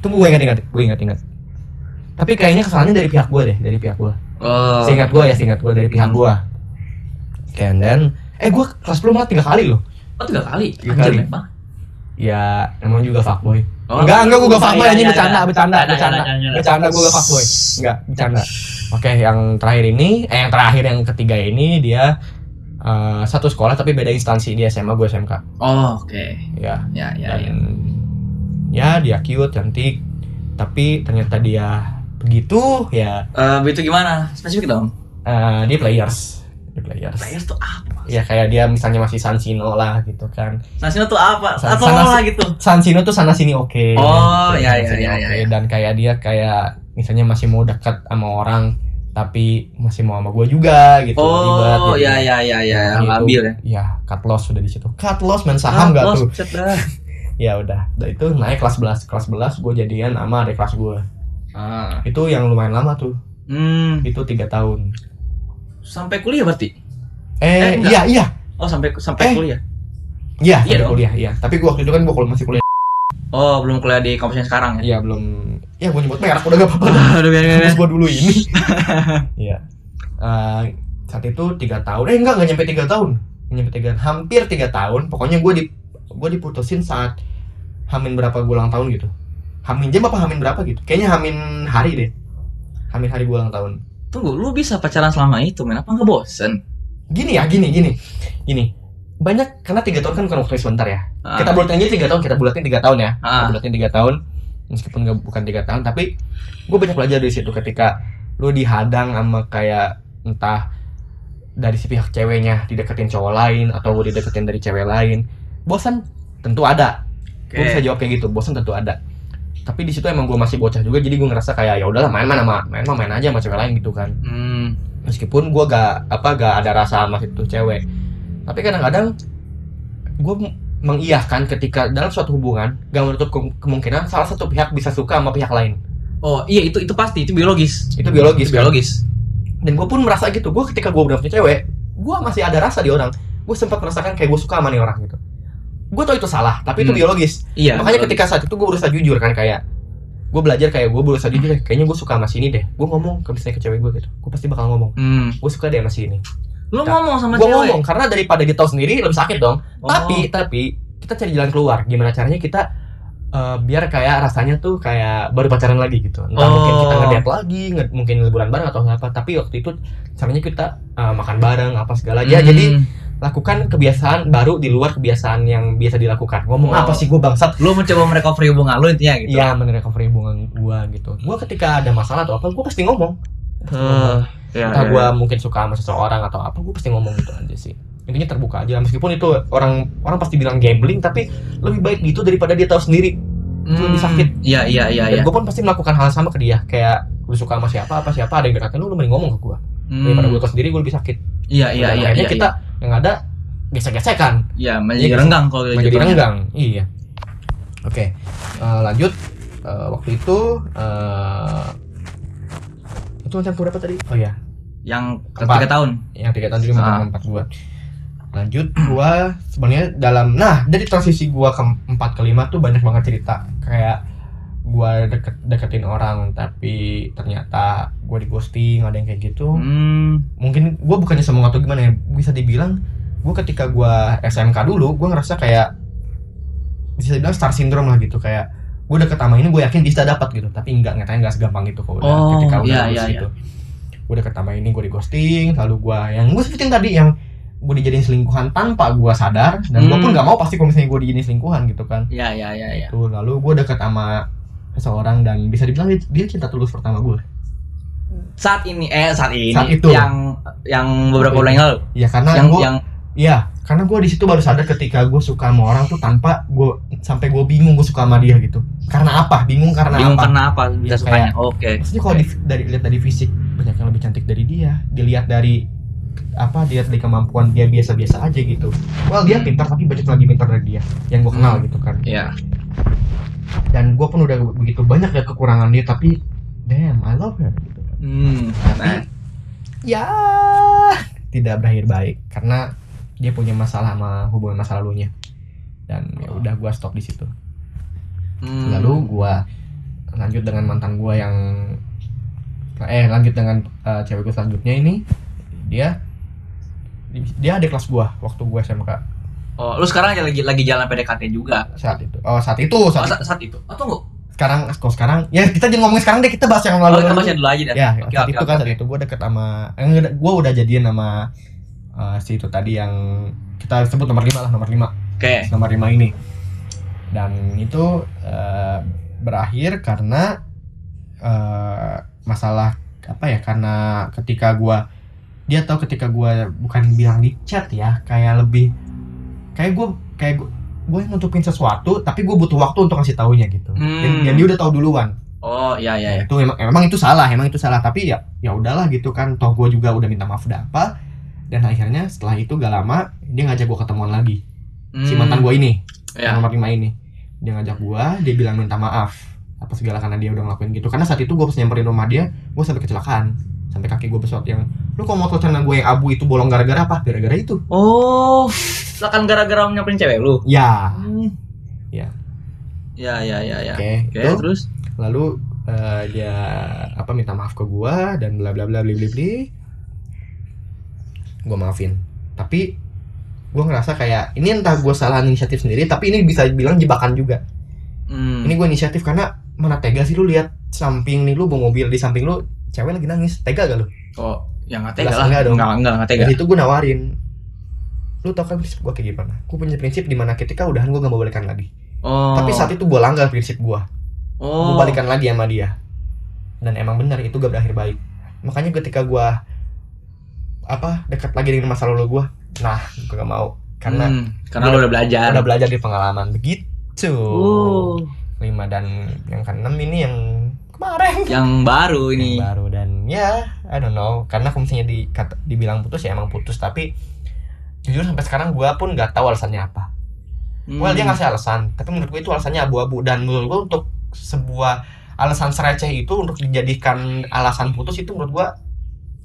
S2: tunggu gue ingat ingat gue ingat ingat tapi kayaknya kesalahannya dari pihak gue deh dari pihak gue
S1: Oh.
S2: seingat gue ya seingat gue dari pihak
S1: Hmm.
S2: gue and then eh gue kelas 10 malah tiga kali loh
S1: Oh, tiga kali.
S2: Tiga
S1: Anjir,
S2: kali.
S1: banyak banget.
S2: ya emang juga fuckboy
S1: Oh.
S2: enggak, enggak, gue gak
S1: Iya,
S2: fuckboy
S1: iya,
S2: anjing
S1: iya.
S2: bercanda, bercanda,
S1: Iya, iya,
S2: bercanda,
S1: iya, iya, iya.
S2: bercanda, gue gak fuckboy Enggak, bercanda Oke, yang terakhir ini, eh yang terakhir, yang ketiga ini dia eh, satu sekolah tapi beda instansi dia SMA, gue SMK
S1: Oh, oke.
S2: Ya,
S1: Ya, ya,
S2: dan
S1: ya.
S2: ya dia cute, cantik Tapi ternyata dia begitu, ya
S1: Eh, begitu gimana? Spesifik dong.
S2: eh, dia players Dia players
S1: Players tuh apa?
S2: Ya kayak dia misalnya masih Sansino lah gitu kan
S1: Sansino tuh apa?
S2: San-
S1: Atau
S2: Sanas-
S1: lah gitu.
S2: Sansino tuh sana sini oke.
S1: Oh,
S2: Gitu,
S1: ya,
S2: sana
S1: ya,
S2: sini
S1: ya,
S2: oke.
S1: ya, ya.
S2: Dan kayak dia kayak misalnya masih mau dekat sama orang tapi masih mau sama gue juga gitu.
S1: Oh,
S2: Ribet,
S1: ya, ya, ya, ya.
S2: Gitu.
S1: Labil ya.
S2: Ya, cut loss sudah di situ. Cut loss main
S1: Ah,
S2: saham nggak
S1: los,
S2: tuh?
S1: set dah.
S2: Ya udah. Udah itu naik kelas 11. Kelas 11 gue jadian sama adik kelas gue.
S1: Ah.
S2: Itu yang lumayan lama tuh.
S1: Hmm,
S2: Itu tiga tahun.
S1: sampai kuliah berarti? Eh,
S2: Eh,
S1: enggak.
S2: iya, iya.
S1: Oh, sampai sampai
S2: Eh.
S1: kuliah. Iya
S2: Iya, sampai
S1: dong.
S2: kuliah, iya. Tapi gua waktu itu kan gua kalau masih kuliah.
S1: Oh, belum kuliah di kampus yang sekarang ya?
S2: Iya, belum. Ya gua nyebut merek udah gak apa-apa.
S1: Aduh, biar biar,
S2: Terus
S1: biar.
S2: gua dulu ini. Iya. Eh, saat itu tiga tahun. Eh enggak, enggak nyampe tiga tahun. Nggak nyampe tiga, hampir tiga tahun. Pokoknya gua di gua diputusin saat Hamin berapa gua ulang tahun gitu. Hamin jam apa Hamin berapa gitu? Kayaknya Hamin hari deh. Hamin hari gua ulang tahun.
S1: Tunggu, lu bisa pacaran selama itu, men? Apa nggak bosen?
S2: Gini ya, gini, gini, gini. Banyak karena tiga tahun kan bukan waktu yang sebentar ya.
S1: Ah,
S2: Kita bulatin aja tiga tahun, kita bulatin tiga tahun ya.
S1: ah.
S2: bulatnya tiga tahun meskipun nggak bukan tiga tahun tapi gue banyak belajar dari situ ketika lu dihadang sama kayak entah dari si pihak ceweknya dideketin cowok lain atau lu dideketin dari cewek lain bosan tentu ada
S1: Oke.
S2: gue bisa jawab kayak gitu bosan tentu ada tapi di situ emang gue masih bocah juga jadi gue ngerasa kayak ya udahlah main main sama main mah main aja sama cewek lain gitu kan
S1: Hmm,
S2: meskipun gue gak apa gak ada rasa sama itu cewek tapi kadang-kadang gue mengiyahkan ketika dalam suatu hubungan gak menutup ke- kemungkinan salah satu pihak bisa suka sama pihak lain
S1: Oh iya itu itu pasti itu biologis.
S2: Itu biologis, kan?
S1: Itu biologis.
S2: dan gue pun merasa gitu gue ketika gue udah punya cewek gue masih ada rasa di orang gue sempat merasakan kayak gue suka sama nih orang gitu gue tau itu salah tapi itu
S1: Hmm.
S2: biologis
S1: Iya. biologis.
S2: makanya ketika saat itu gue berusaha jujur kan kayak gue belajar kayak gue berusaha jujur kayaknya gue suka sama si ini deh gue ngomong ke misalnya ke cewek gue gitu gue pasti bakal ngomong
S1: Hmm.
S2: gue suka deh sama si ini
S1: Lu ngomong sama
S2: gue
S1: cewek.
S2: ngomong karena daripada dia tahu sendiri lebih sakit dong
S1: Oh.
S2: tapi tapi kita cari jalan keluar gimana caranya kita eh, biar kayak rasanya tuh kayak baru pacaran lagi gitu entah mungkin kita
S1: Oh.
S2: ngedate lagi nge- mungkin liburan bareng atau apa tapi waktu itu caranya kita eh, makan bareng apa segala aja
S1: Hmm.
S2: jadi lakukan kebiasaan baru di luar kebiasaan yang biasa dilakukan ngomong
S1: Oh.
S2: apa sih gue bangsat
S1: lu mencoba merecovery hubungan lu intinya gitu.
S2: Iya merecovery hubungan gue gitu Gue ketika ada masalah atau apa gue pasti ngomong
S1: Eh, Iya.
S2: Entah
S1: iya.
S2: gue mungkin suka sama seseorang atau apa gue pasti ngomong gitu aja sih intinya terbuka aja meskipun itu orang orang pasti bilang gambling tapi lebih baik gitu daripada dia tahu sendiri
S1: Hmm,
S2: lebih sakit.
S1: Iya iya iya iya.
S2: dan gue pun pasti melakukan hal sama ke dia kayak lu suka sama siapa apa siapa ada yang deketin lu lu mending ngomong ke gue
S1: Hmm,
S2: daripada gue tahu sendiri gue lebih sakit
S1: Iya iya
S2: Dan
S1: iya.
S2: akhirnya
S1: iya,
S2: kita yang ada gesek-gesekan
S1: ya menjadi
S2: Iya,
S1: renggang kalau kita
S2: menjadi
S1: jatuhnya.
S2: renggang iya oke eh, lanjut Eh, waktu itu eh, itu macam berapa tadi oh
S1: iya.
S2: ya
S1: yang
S2: Keempat.
S1: ketiga tahun
S2: yang tiga tahun juga
S1: Ah.
S2: empat empat gua lanjut gua sebenarnya dalam nah dari transisi gua ke empat ke lima tuh banyak banget cerita kayak gua deket deketin orang tapi ternyata gua di ghosting ada yang kayak gitu
S1: hmm,
S2: mungkin gue bukannya sombong atau gimana ya bisa dibilang gue ketika gue SMK dulu gue ngerasa kayak bisa dibilang star syndrome lah gitu kayak gue deket sama ini gue yakin bisa dapat gitu tapi enggak nyatanya enggak segampang itu kok udah
S1: Oh,
S2: ketika udah
S1: iya,
S2: lulus
S1: iya,
S2: gitu gue deket sama ini gue di ghosting lalu gue yang gue sebutin tadi yang gue dijadiin selingkuhan tanpa gue sadar dan gue pun
S1: Hmm.
S2: nggak mau pasti kalau misalnya gue dijadiin selingkuhan gitu kan
S1: ya ya ya ya
S2: Tuh, lalu gue deket sama seseorang dan bisa dibilang dia, dia cinta tulus pertama gue
S1: saat ini eh saat ini
S2: Saat itu.
S1: yang yang beberapa bulan yang lalu
S2: ya karena
S1: yang
S2: gue
S1: yang
S2: Iya, karena gue di situ baru sadar ketika gue suka sama orang tuh tanpa gue sampai gue bingung gue suka sama dia gitu. Karena apa? Bingung karena
S1: bingung
S2: apa?
S1: karena apa bisa
S2: Ya,
S1: sukanya oke
S2: Maksudnya kalau di- dari lihat dari fisik banyak yang lebih cantik dari dia. Dilihat dari apa? Dilihat dari kemampuan dia biasa-biasa aja gitu. Well
S1: Hmm.
S2: dia pintar tapi banyak yang lebih pintar dari dia yang gue kenal
S1: Hmm.
S2: gitu kan.
S1: ya
S2: Dan gue pun udah begitu banyak lihat kekurangan dia tapi damn I love her. Gitu.
S1: hmm nah,
S2: Ya tidak berakhir baik karena dia punya masalah sama hubungan masa lalunya dan ya udah gue stop di situ.
S1: hmm.
S2: lalu gua lanjut dengan mantan gua yang eh lanjut dengan eh, cewek gua selanjutnya ini dia dia ada kelas gua waktu gua SMK
S1: oh lu sekarang lagi lagi jalan PDKT juga
S2: saat itu oh saat itu
S1: oh,
S2: saat
S1: sa- saat itu oh tunggu
S2: sekarang kalau sekarang ya kita jangan ngomongin sekarang deh kita bahas
S1: oh
S2: yang lalu
S1: kita
S2: dulu.
S1: baca dulu aja deh
S2: ya
S1: Oke,
S2: saat
S1: oke,
S2: itu
S1: oke,
S2: kan saat
S1: oke.
S2: itu gua deket sama eh, enggak, gua udah jadian sama eh, si itu tadi yang kita sebut nomor lima lah nomor lima
S1: oke
S2: nomor Eh, lima ini dan itu eh, berakhir karena eh, masalah apa ya karena ketika gua dia tahu ketika gua bukan bilang di chat ya kayak lebih kayak gua kayak gua gue nutupin sesuatu tapi gue butuh waktu untuk ngasih taunya gitu dan,
S1: Hmm.
S2: dan dia udah tahu duluan
S1: oh ya ya ya
S2: itu memang memang itu salah emang itu salah tapi ya ya udahlah gitu kan toh gue juga udah minta maaf udah apa dan akhirnya setelah itu gak lama dia ngajak gue ketemuan lagi si
S1: Hmm,
S2: mantan gue ini
S1: ya.
S2: yang nomor lima ini dia ngajak gua dia bilang minta maaf apa segala karena dia udah ngelakuin gitu karena saat itu gua pas nyamperin rumah dia gua sampai kecelakaan sampai kaki gua besot yang lu kok motor celana gue yang abu itu bolong gara-gara apa gara-gara itu
S1: oh akan gara-gara nyamperin cewek lu
S2: ya Ya.
S1: ya ya ya ya
S2: oke
S1: oke
S2: itu.
S1: terus
S2: lalu eh, dia apa minta maaf ke gua dan bla bla bla bla bla bla gua maafin tapi gua ngerasa kayak ini entah gua salah inisiatif sendiri tapi ini bisa bilang jebakan juga
S1: hmm.
S2: ini gue inisiatif karena mana tega sih lu lihat samping nih lu bawa mobil di samping lu cewek lagi nangis tega gak lu
S1: Oh, ya nggak
S2: Jelas
S1: tega lah.
S2: enggak dong.
S1: Enggak, enggak, nggak tega.
S2: dari itu gue nawarin lu tau kan prinsip gue kayak gimana gue punya prinsip dimana ketika udahan gue gak mau balikan lagi
S1: Oh.
S2: tapi saat itu gue langgar prinsip gue
S1: oh.
S2: gue balikan lagi sama dia dan emang benar itu gak berakhir baik makanya ketika gue apa dekat lagi dengan masa lalu gue nah gue gak mau karena
S1: Hmm, karena lu udah belajar.
S2: udah belajar di pengalaman begitu
S1: Oh,
S2: lima dan yang keenam ini yang kemarin
S1: yang baru ini.
S2: yang baru dan ya I don't know karena kalau misalnya di, kata- dibilang putus ya emang putus tapi jujur sampai sekarang gua pun nggak tahu alasannya apa.
S1: Hmm.
S2: Well dia ngasih alasan tapi menurut gue itu alasannya abu-abu dan menurut gue untuk sebuah alasan sereceh itu untuk dijadikan alasan putus itu menurut gua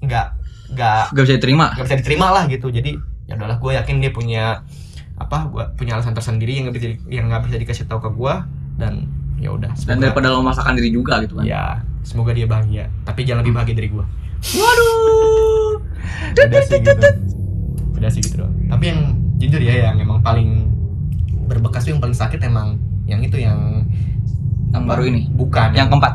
S2: nggak nggak
S1: Gak bisa diterima.
S2: nggak bisa diterima lah gitu jadi ya udahlah gue yakin dia punya apa gua punya alasan tersendiri yang nggak bisa di- yang nggak bisa dikasih tahu ke gua dan ya udah
S1: Dan
S2: semoga-
S1: daripada lo memaksakan diri juga gitu kan.
S2: ya semoga dia bahagia tapi jangan lebih bahagia dari gua
S1: Waduh.
S2: udah sih gitu udah sih gitu doang tapi yang jujur ya yang emang paling berbekas tuh yang paling sakit emang yang itu yang
S1: Yang baru ini.
S2: bukan
S1: Yang keempat.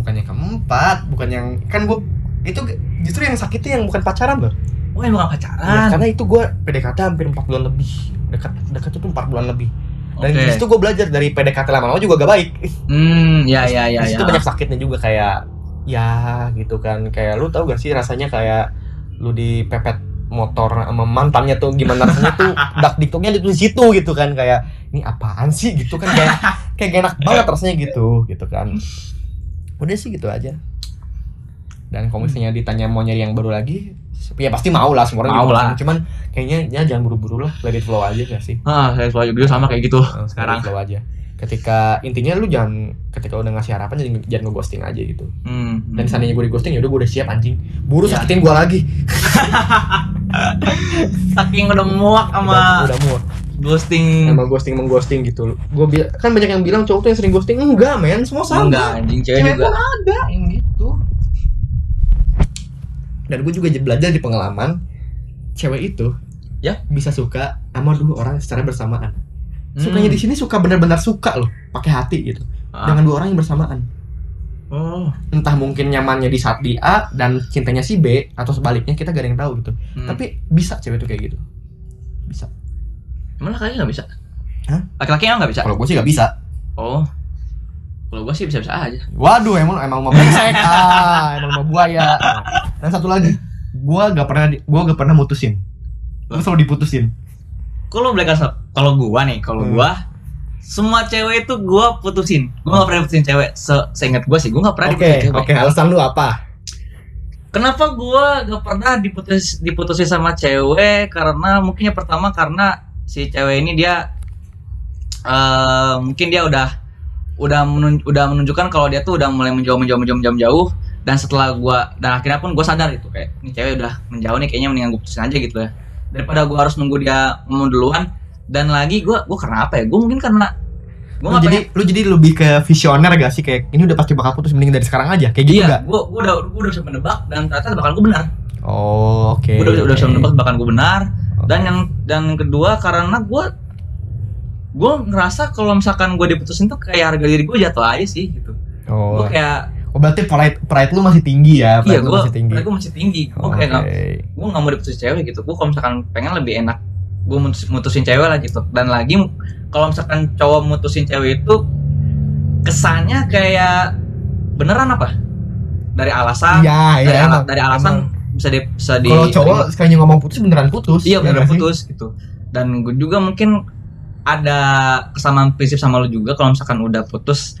S2: bukan yang keempat bukan yang kan gue itu justru yang sakitnya yang bukan pacaran loh
S1: Oh, yang bukan
S2: Ya,
S1: pacaran.
S2: karena itu gue PDKT hampir 4 bulan lebih dekat dekat itu 4 bulan lebih
S1: Oke.
S2: dan di situ gue belajar dari PDKT lama-lama juga gak baik
S1: Hmm, ya ya ya ya.
S2: di situ banyak sakitnya juga kayak ya gitu kan kayak lu tau gak sih rasanya kayak lu dipepet motor sama mantannya tuh gimana rasanya tuh dak diktoknya di situ gitu kan kayak ini apaan sih gitu kan kayak kayak gak enak banget rasanya gitu gitu kan
S1: Hmm.
S2: udah sih gitu aja dan kalau misalnya ditanya mau nyari yang baru lagi ya pasti mau lah semua orang
S1: Mau
S2: juga
S1: lah.
S2: pasti. cuman kayaknya ya jangan buru-buru lah let it flow aja gak sih
S1: ah saya selalu juga sama kayak gitu
S2: Nah,
S1: Sekarang.
S2: let it flow aja ketika intinya lu jangan ketika udah ngasih harapan jangan jangan ngeghosting aja gitu
S1: hmm.
S2: dan seandainya gue di ghosting ya udah gue udah siap anjing buru
S1: Ya.
S2: sakitin gue lagi
S1: saking udah muak
S2: udah,
S1: sama Hmm.
S2: udah muak
S1: ghosting
S2: emang ghosting mengghosting gitu gue kan banyak yang bilang cowok tuh yang sering ghosting enggak men semua Oh, sama
S1: enggak anjing cewek
S2: cewek
S1: juga
S2: pun ada yang gitu dan gue juga belajar di pengalaman cewek itu
S1: Ya.
S2: bisa suka sama dua orang secara bersamaan
S1: Hmm.
S2: sukanya di sini suka benar-benar suka loh pakai hati gitu
S1: Ah.
S2: dengan dua orang yang bersamaan
S1: oh
S2: entah mungkin nyamannya di saat di A dan cintanya si B atau sebaliknya kita gak ada yang tahu gitu
S1: Hmm.
S2: tapi bisa cewek tuh kayak gitu bisa
S1: emang laki-laki nggak bisa
S2: Hah?
S1: laki-laki emang nggak bisa
S2: kalau gue sih gak bisa
S1: oh kalau gua sih bisa-bisa aja
S2: waduh emang emang mau brengsek ah emang mau buaya dan satu lagi gue gak pernah di- gua gak pernah mutusin gue selalu diputusin
S1: kalau black and White- kalau gua nih kalau
S2: Hmm.
S1: gua semua cewek itu gua putusin gua nggak pernah putusin cewek se seingat gua sih gua nggak pernah
S3: Oke,
S1: diputusin cewek
S3: oke. Alasan lu apa?
S1: kenapa gua nggak pernah diputus diputusin sama cewek karena mungkin yang pertama karena si cewek ini dia eh mungkin dia udah udah menun- udah menunjukkan kalau dia tuh udah mulai menjauh menjauh menjauh menjauh menjauh dan setelah gua dan akhirnya pun gua sadar itu kayak ini cewek udah menjauh nih kayaknya mendingan gua putusin aja gitu ya daripada gua harus nunggu dia ngomong duluan dan lagi gua gua karena apa ya gua mungkin karena gua
S2: lu
S1: nggak
S2: Nah, jadi lu jadi lebih ke visioner gak sih kayak ini udah pasti bakal putus mending dari sekarang aja kayak gitu
S1: pengen- iya
S2: gak?
S1: gua gua udah gua udah bisa menebak dan ternyata bakal gua benar
S2: Oh oke.
S1: Gua udah udah bisa
S2: oke.
S1: menebak bahkan gue benar
S2: Oke.
S1: dan yang dan kedua karena gue gue ngerasa kalau misalkan gue diputusin tuh kayak harga diri gue jatuh aja sih gitu
S2: Oh.
S1: gue kayak
S2: oh, berarti pride pride lu masih tinggi ya? Pride
S1: iya
S2: lu
S1: gue
S2: masih tinggi. Oh,
S1: gue masih tinggi gue
S2: Oke.
S1: kayak gue nggak mau diputusin cewek gitu gue kalau misalkan pengen lebih enak gue mutus, mutusin cewek lah gitu dan lagi kalau misalkan cowok mutusin cewek itu kesannya kayak beneran apa dari alasan
S2: Iya iya.
S1: dari, ala-
S2: emang.
S1: dari alasan bisa di bisa di
S2: Kalau cowok sekalinya ngomong putus beneran putus.
S1: Iya
S2: ya
S1: benar
S2: nggak sih?
S1: putus gitu. Dan gue juga mungkin ada kesamaan prinsip sama lu juga kalau misalkan udah putus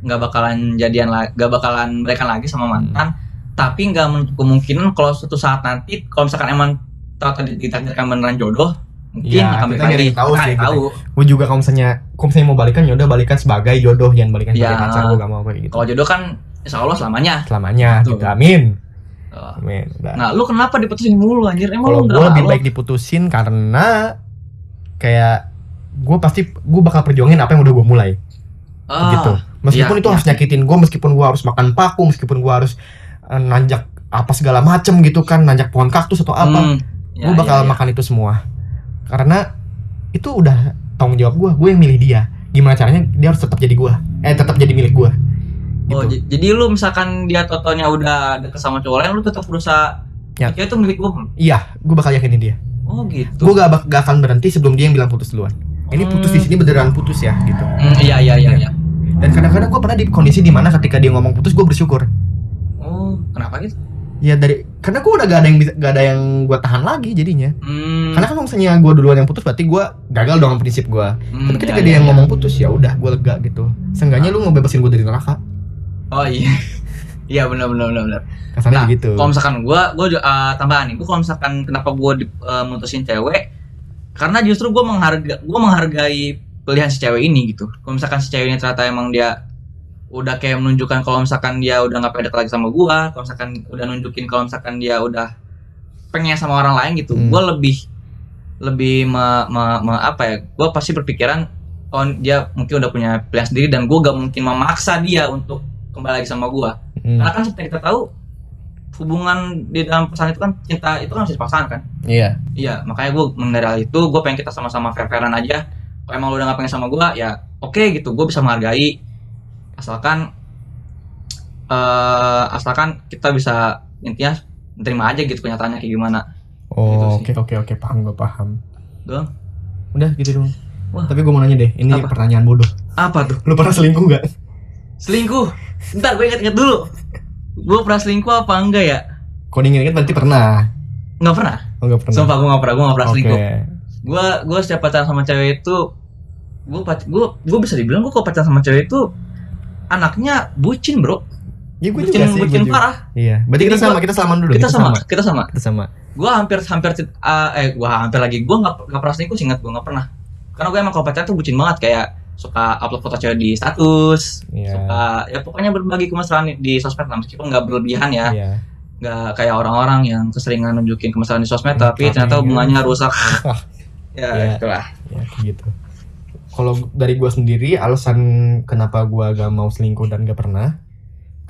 S1: nggak bakalan jadian lagi, nggak bakalan balikan lagi sama mantan. Tapi nggak men- kemungkinan kalau suatu saat nanti kalau misalkan emang tahu ditakdirkan beneran jodoh mungkin
S2: Iya,
S1: akan balik
S2: kita nggak ada
S1: lagi.
S2: yang tahu
S1: Kita
S2: sih,
S1: nggak
S2: kita-
S1: tahu.
S2: Gue juga kalau misalnya kalau misalnya mau balikan ya udah balikan sebagai jodoh jangan balikan sebagai
S1: Iya.
S2: pacar gue gak mau kayak gitu.
S1: Kalau jodoh kan insya Allah selamanya.
S2: Selamanya
S1: Betul.
S2: gitu. Amin.
S1: Oh.
S2: Amin. Udah.
S1: Nah, lu kenapa diputusin mulu anjir? Emang
S2: Iya.
S1: lu
S2: kalau gue
S1: nggak
S2: lebih
S1: malu?
S2: baik diputusin karena kayak gue pasti gue bakal perjuangin apa yang udah gue mulai.
S1: Ah,
S2: gitu. Meskipun
S1: iya,
S2: itu
S1: iya.
S2: harus nyakitin gue, meskipun gue harus makan paku, meskipun gue harus eh, nanjak apa segala macem gitu kan, nanjak pohon kaktus atau apa,
S1: Hmm, ya,
S2: gue
S1: ya,
S2: bakal
S1: ya.
S2: makan itu semua. Karena itu udah tanggung jawab gue, gue yang milih dia. Gimana caranya dia harus tetap jadi gue, eh tetap jadi milik gue. Gitu.
S1: Oh, j- jadi lu misalkan dia totonya udah deket sama cowok lain, lu tetap berusaha
S2: Ya.
S1: Ya itu milik gua.
S2: iya, gue bakal yakinin dia.
S1: Oh gitu.
S2: Gue gak, bak- gak akan berhenti sebelum dia yang bilang putus duluan. Ini putus di
S1: Hmm.
S2: sini beneran putus ya gitu.
S1: Hmm, iya iya iya. iya.
S2: Dan kadang-kadang gue pernah di kondisi dimana ketika dia ngomong putus gue bersyukur.
S1: Oh kenapa gitu?
S2: Ya dari karena gue udah gak ada yang bisa- gak ada yang gue tahan lagi jadinya.
S1: Hmm,
S2: Karena kan kalau misalnya gue duluan yang putus berarti gue gagal dong prinsip gue.
S1: hmm,
S2: Tapi ketika
S1: iya,
S2: dia
S1: iya, iya.
S2: yang ngomong putus ya udah gue lega gitu. Seenggaknya
S1: Nah.
S2: lu ngebebasin gue dari neraka.
S1: Oh iya. Iya benar benar benar benar. Nah,
S2: Kasarnya gitu.
S1: Kalau misalkan gua gua ju- eh, tambahan nih, gua kalau misalkan kenapa gua di, eh, mutusin cewek karena justru gua menghargai gua menghargai pilihan si cewek ini gitu. Kalau misalkan si cewek ini ternyata emang dia udah kayak menunjukkan kalau misalkan dia udah nggak pede lagi sama gua, kalau misalkan udah nunjukin kalau misalkan dia udah pengen sama orang lain gitu.
S2: Hmm.
S1: Gua lebih lebih me- me- me- apa ya? Gua pasti berpikiran oh dia mungkin udah punya pilihan sendiri dan gua gak mungkin memaksa dia untuk kembali lagi sama gua.
S2: Hmm,
S1: Karena kan seperti kita tahu hubungan di dalam pasangan itu kan cinta itu kan masih pasangan kan.
S2: Iya.
S1: Iya, makanya gue mengenai hal itu gue pengen kita sama-sama fair-fairan aja. Kalau emang lu udah gak pengen sama gue, ya oke gitu. Gue bisa menghargai asalkan eh asalkan kita bisa intinya terima aja gitu kenyataannya kayak gimana.
S2: Oh,
S1: Gitu
S2: Oke oke oke paham gue paham.
S1: Doang?
S2: Udah gitu dong.
S1: Wah.
S2: Tapi gue mau nanya deh, ini
S1: Apa?
S2: pertanyaan bodoh.
S1: Apa tuh?
S2: Lu pernah selingkuh gak?
S1: Selingkuh. Bentar gue inget-inget dulu. Gue pernah selingkuh apa enggak ya?
S2: Kau inget berarti pernah.
S1: Nggak pernah.
S2: Oh, gak pernah.
S1: Sumpah gue nggak pernah. Gue nggak pernah
S2: Oke.
S1: selingkuh. gue gue setiap pacaran sama cewek itu gue gue gue bisa dibilang gue kalau pacaran sama cewek itu anaknya bucin bro
S2: Ya gue
S1: bucin
S2: juga sih. gua
S1: bucin
S2: juga.
S1: parah
S2: Iya. Berarti kita
S1: Jadi gua-
S2: sama, kita salaman dulu.
S1: kita sama kita sama
S2: Kita sama.
S1: gue hampir hampir eh, eh gue hampir lagi gue nggak nggak pernah selingkuh ingat gue nggak pernah karena gue emang kalau pacaran tuh bucin banget kayak suka upload foto cewek di status
S3: Iya.
S1: suka ya pokoknya berbagi kemesraan di sosmed lah meskipun nggak berlebihan ya
S3: Iya.
S1: nggak kayak orang-orang yang keseringan nunjukin kemesraan di sosmed
S3: Hmm,
S1: tapi ternyata
S3: iya.
S1: hubungannya rusak
S3: Iya.
S1: ya itulah
S3: Ya, gitu.
S2: kalau dari gua sendiri alasan kenapa gua gak mau selingkuh dan gak pernah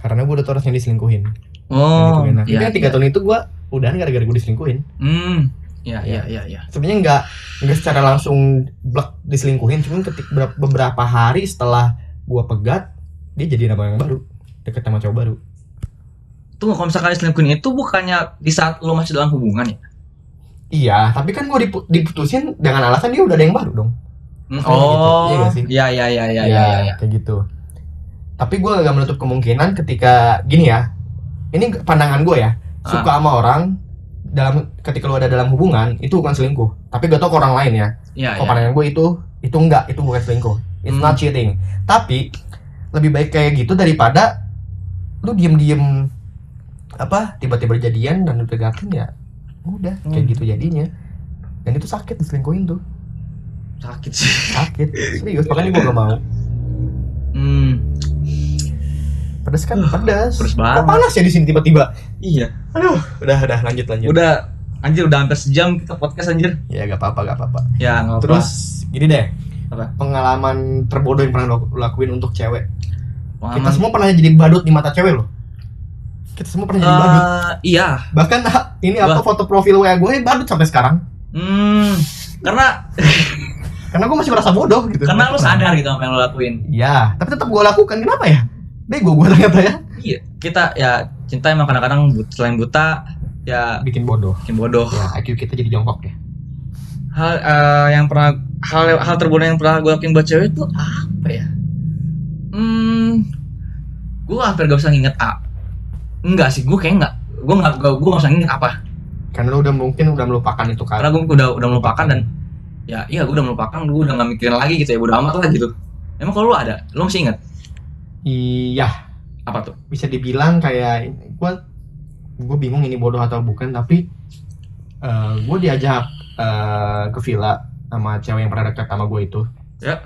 S2: karena gua udah tau rasanya diselingkuhin
S1: oh
S2: Gitu, enak.
S1: iya
S2: Tapi tiga tahun itu gua udahan gara-gara gua diselingkuhin
S1: hmm ya ya ya ya
S2: sebenarnya nggak nggak secara langsung blak diselingkuhin cuman ketik ber- beberapa hari setelah gua pegat dia jadi nama yang baru deket sama cowok baru
S1: tuh kalau misalkan diselingkuhin itu bukannya di saat lo masih dalam hubungan ya
S2: iya tapi kan gua dipu- diputusin dengan alasan dia udah ada yang baru dong
S1: Hmm,
S2: Maksudnya gitu. Iya
S1: oh
S2: nggak sih?
S1: ya ya ya ya ya ya, ya.
S2: kayak gitu tapi gua nggak menutup kemungkinan ketika gini ya ini pandangan gua ya suka sama orang dalam ketika lu ada dalam hubungan itu bukan selingkuh tapi gak tau ke orang lain ya
S1: Ya,
S2: Kalau
S1: ya.
S2: pandangan gue itu itu enggak, itu bukan selingkuh. It's
S1: Hmm.
S2: not cheating. Tapi lebih baik kayak gitu daripada lu diem-diem apa tiba-tiba jadian dan lu pegatin ya udah kayak
S1: Hmm.
S2: gitu jadinya dan itu sakit diselingkuhin tuh
S1: sakit sih
S2: sakit serius makanya gue gak mau
S1: hmm
S2: pedas kan pedas
S1: terus
S2: kok
S1: banget
S2: panas ya di sini tiba-tiba
S1: iya
S2: aduh udah udah lanjut lanjut
S1: udah anjir udah hampir sejam kita podcast anjir
S2: ya gak apa-apa gak apa-apa
S1: ya nggak apa
S2: terus gini deh
S1: Apa?
S2: pengalaman terbodoh yang pernah lo lakuin untuk cewek kita
S1: pengalaman
S2: semua pernah jadi badut di mata cewek loh kita semua pernah jadi badut
S1: Eh, iya
S2: bahkan ah, ini
S1: Wah.
S2: apa foto profil wa gue badut sampai sekarang
S1: hmm karena
S2: karena gue masih merasa bodoh gitu
S1: karena lo sadar gitu apa yang lo lakuin
S2: ya tapi tetap gue lakukan kenapa ya bego gue ternyata ya
S1: iya kita ya cinta emang kadang-kadang but- selain buta ya
S2: bikin bodoh
S1: bikin bodoh
S2: ya IQ kita jadi jongkok ya
S1: hal eh, yang pernah hal hal terbodoh yang pernah gue lakuin buat cewek itu apa ya hmm gue hampir gak bisa nginget a enggak sih gue kayak enggak gue nggak gue gak bisa nginget apa
S2: karena lu udah mungkin udah melupakan itu
S1: karena
S2: kan
S1: gue udah udah melupakan dan ya iya gue udah melupakan gue udah gak mikirin lagi gitu ya bodo amat lah gitu emang kalau lu ada lu masih inget
S2: iya
S1: apa tuh
S2: bisa dibilang kayak gue gue bingung ini bodoh atau bukan tapi gue diajak eh, ke villa sama cewek yang pernah dekat sama gue itu
S1: Ya.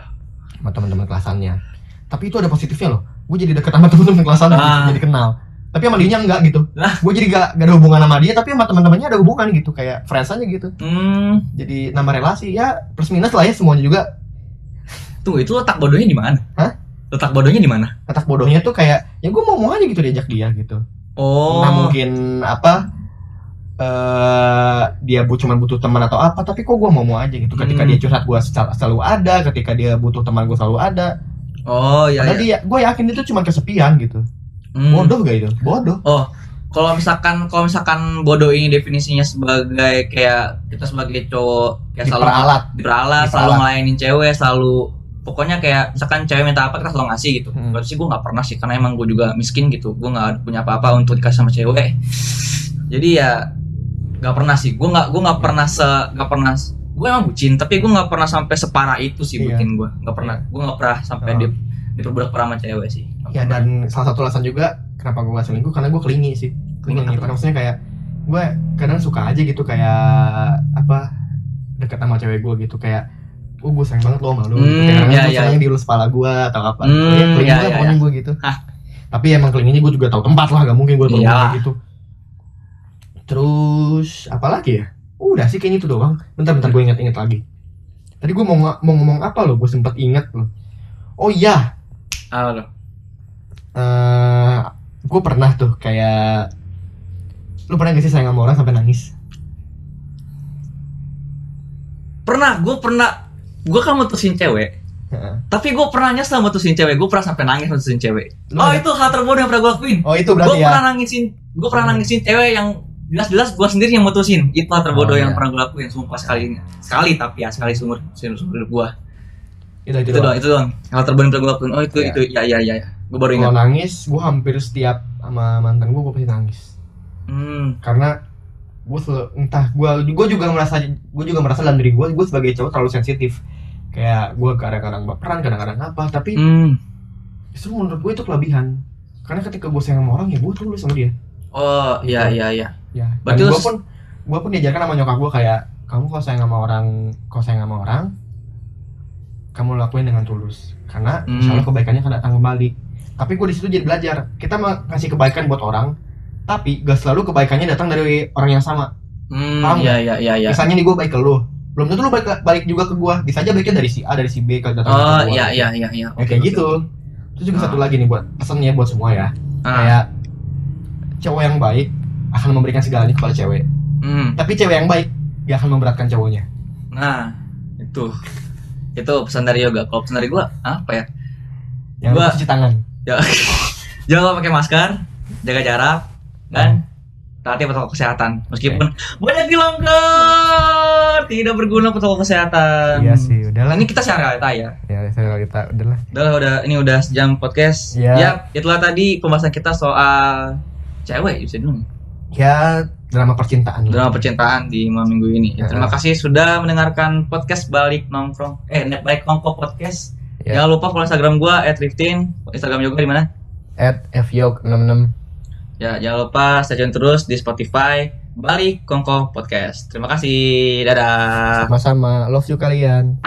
S2: sama teman-teman kelasannya tapi itu ada positifnya loh gue jadi deket sama teman-teman kelasannya
S1: Ah.
S2: jadi kenal tapi sama dia enggak gitu
S1: Lah.
S2: gue jadi gak, gak ada hubungan sama dia tapi sama teman-temannya ada hubungan gitu kayak friends aja gitu
S1: hmm
S2: jadi nama relasi ya plus minus lah ya semuanya juga
S1: tuh itu letak bodohnya di mana
S2: Hah?
S1: letak bodohnya di mana
S2: letak bodohnya tuh kayak ya gue mau mau aja gitu diajak dia gitu
S1: oh
S2: entah mungkin apa eh dia bu cuma butuh teman atau apa tapi kok gue mau mau aja gitu ketika
S1: Hmm.
S2: dia curhat gue selalu ada ketika dia butuh teman gue selalu ada
S1: oh iya,
S2: padahal
S1: iya.
S2: dia gue yakin itu cuma kesepian gitu
S1: Hmm.
S2: bodoh gak itu bodoh
S1: kalau misalkan kalau misalkan bodoh ini definisinya sebagai kayak kita sebagai cowok kayak Ya, selalu
S2: diperalat
S1: diperalat, selalu ngelayanin cewek, selalu pokoknya kayak misalkan cewek minta apa kita selalu ngasih gitu.
S2: Hmm.
S1: Kalau sih gue nggak pernah sih karena emang gue juga miskin gitu, gue nggak punya apa-apa untuk dikasih sama cewek. Jadi ya nggak pernah sih, gue nggak gue nggak pernah se nggak pernah gue emang bucin tapi gue nggak pernah sampai separah itu sih
S2: Iya.
S1: bucin gue nggak pernah gue nggak pernah sampai
S2: Oh.
S1: di diperbudak parah sama cewek sih Nggak
S2: ya
S1: pernah.
S2: dan salah satu alasan juga kenapa gue gak selingkuh karena gue kelingi sih gue
S1: Kelingi
S2: kelingi
S1: apa?
S2: Iya, maksudnya kayak gue kadang suka aja gitu kayak apa dekat sama cewek gue gitu kayak oh gue sayang banget lo sama lu gitu.
S1: Hmm,
S2: kayak kadang
S1: ya,
S2: tuh
S1: ya,
S2: sayang diurus kepala gue atau apa
S1: Hmm,
S2: Kayak kelingi
S1: ya,
S2: lah
S1: ya,
S2: pokoknya gue gitu
S1: Hah.
S2: tapi emang kelinginya gue juga tahu tempat lah gak mungkin gue tahu
S1: Iyalah.
S2: kayak gitu terus apalagi ya udah sih kayaknya itu doang bentar bentar gue ingat-ingat lagi tadi gue mau nga- mau ngomong apa lo gue sempet ingat lo oh iya
S1: Ah, loh.
S2: eh gue pernah tuh kayak lu pernah gak sih sayang sama orang sampai nangis
S1: pernah gue pernah gue kan mutusin cewek
S2: Heeh.
S1: Tapi gue pernah nyesel mutusin cewek, gue pernah sampai nangis mutusin cewek.
S2: Lu
S1: oh
S2: ada-
S1: itu hal terbodoh yang pernah gue lakuin.
S2: oh itu
S1: Gue
S2: berarti ya
S1: pernah nangisin, gue pernah nangisin cewek yang jelas-jelas gue sendiri yang mutusin. Itu hal terbodoh
S2: Oh,
S1: yang
S2: iya.
S1: pernah gue lakuin, sumpah sekali sekali tapi ya sekali seumur seumur seumur hidup gue.
S2: itu, itu,
S1: Itu
S2: doang.
S1: doang, itu doang. Hal terbodoh yang pernah gue lakuin. Oh itu
S2: Iya.
S1: itu,
S2: Oh.
S1: ya ya ya. Gue baru
S2: kalau
S1: ingat.
S2: nangis gue hampir setiap sama mantan gue gue pasti nangis
S1: Hmm,
S2: karena gue entah gue gue juga merasa gue juga merasa dalam diri gue gue sebagai cowok terlalu sensitif kayak gue kadang-kadang baperan kadang-kadang apa tapi
S1: hmm.
S2: justru menurut gue itu kelebihan karena ketika gue sayang sama orang ya gue tulus sama dia
S1: Oh iya iya iya.
S2: ya dan
S1: Berarti lu s-
S2: gue pun gue pun diajarkan sama nyokap gue kayak kamu kalau sayang sama orang kalau sayang sama orang kamu lakuin dengan tulus karena
S1: Hmm.
S2: insya Allah kebaikannya akan datang kembali tapi gue di situ jadi belajar kita mah ngasih kebaikan buat orang tapi gak selalu kebaikannya datang dari orang yang sama
S1: Hmm,
S2: Paham
S1: iya iya iya iya.
S2: misalnya nih gue baik ke lu belum tentu lu baik, balik juga ke gue bisa aja baiknya dari si A dari si B kalau datang
S1: Oh,
S2: ke gua.
S1: iya iya iya iya.
S2: Ya, kayak gitu terus juga
S1: Ah.
S2: satu lagi nih buat pesannya buat semua ya
S1: Ah,
S2: kayak cowok yang baik akan memberikan segalanya kepada cewek
S1: hmm.
S2: tapi cewek yang baik gak akan memberatkan cowoknya
S1: Nah, itu. Itu pesan dari yoga. Kalau pesan dari gua apa ya?
S2: yang
S1: Gua-
S2: harus cuci tangan
S1: Ya- Jangan lupa pakai masker, jaga jarak, dan
S2: Hmm.
S1: taati protokol kesehatan. Meskipun banyak bilang "Kak, tidak berguna protokol kesehatan. Nah,
S2: iya sih udahlah
S1: Ini kita share realita ya.
S2: ya saya kita udahlah
S1: Udah udah ini udah sejam podcast.
S2: Iya.
S1: Ya, itulah tadi pembahasan kita soal cewek bisa dulu.
S2: ya drama percintaan lah.
S1: drama percintaan di malam minggu ini. Ya, terima kasih sudah mendengarkan podcast balik nongkrong eh Net- balik nongkrong podcast.
S2: Ya.
S1: Jangan lupa follow Instagram gua @riftin, Instagram yoga di mana?
S2: at fyok 66
S1: Ya, jangan lupa stay tune terus di Spotify Balik Kongko Podcast. Terima kasih. Dadah.
S2: sama-sama love you kalian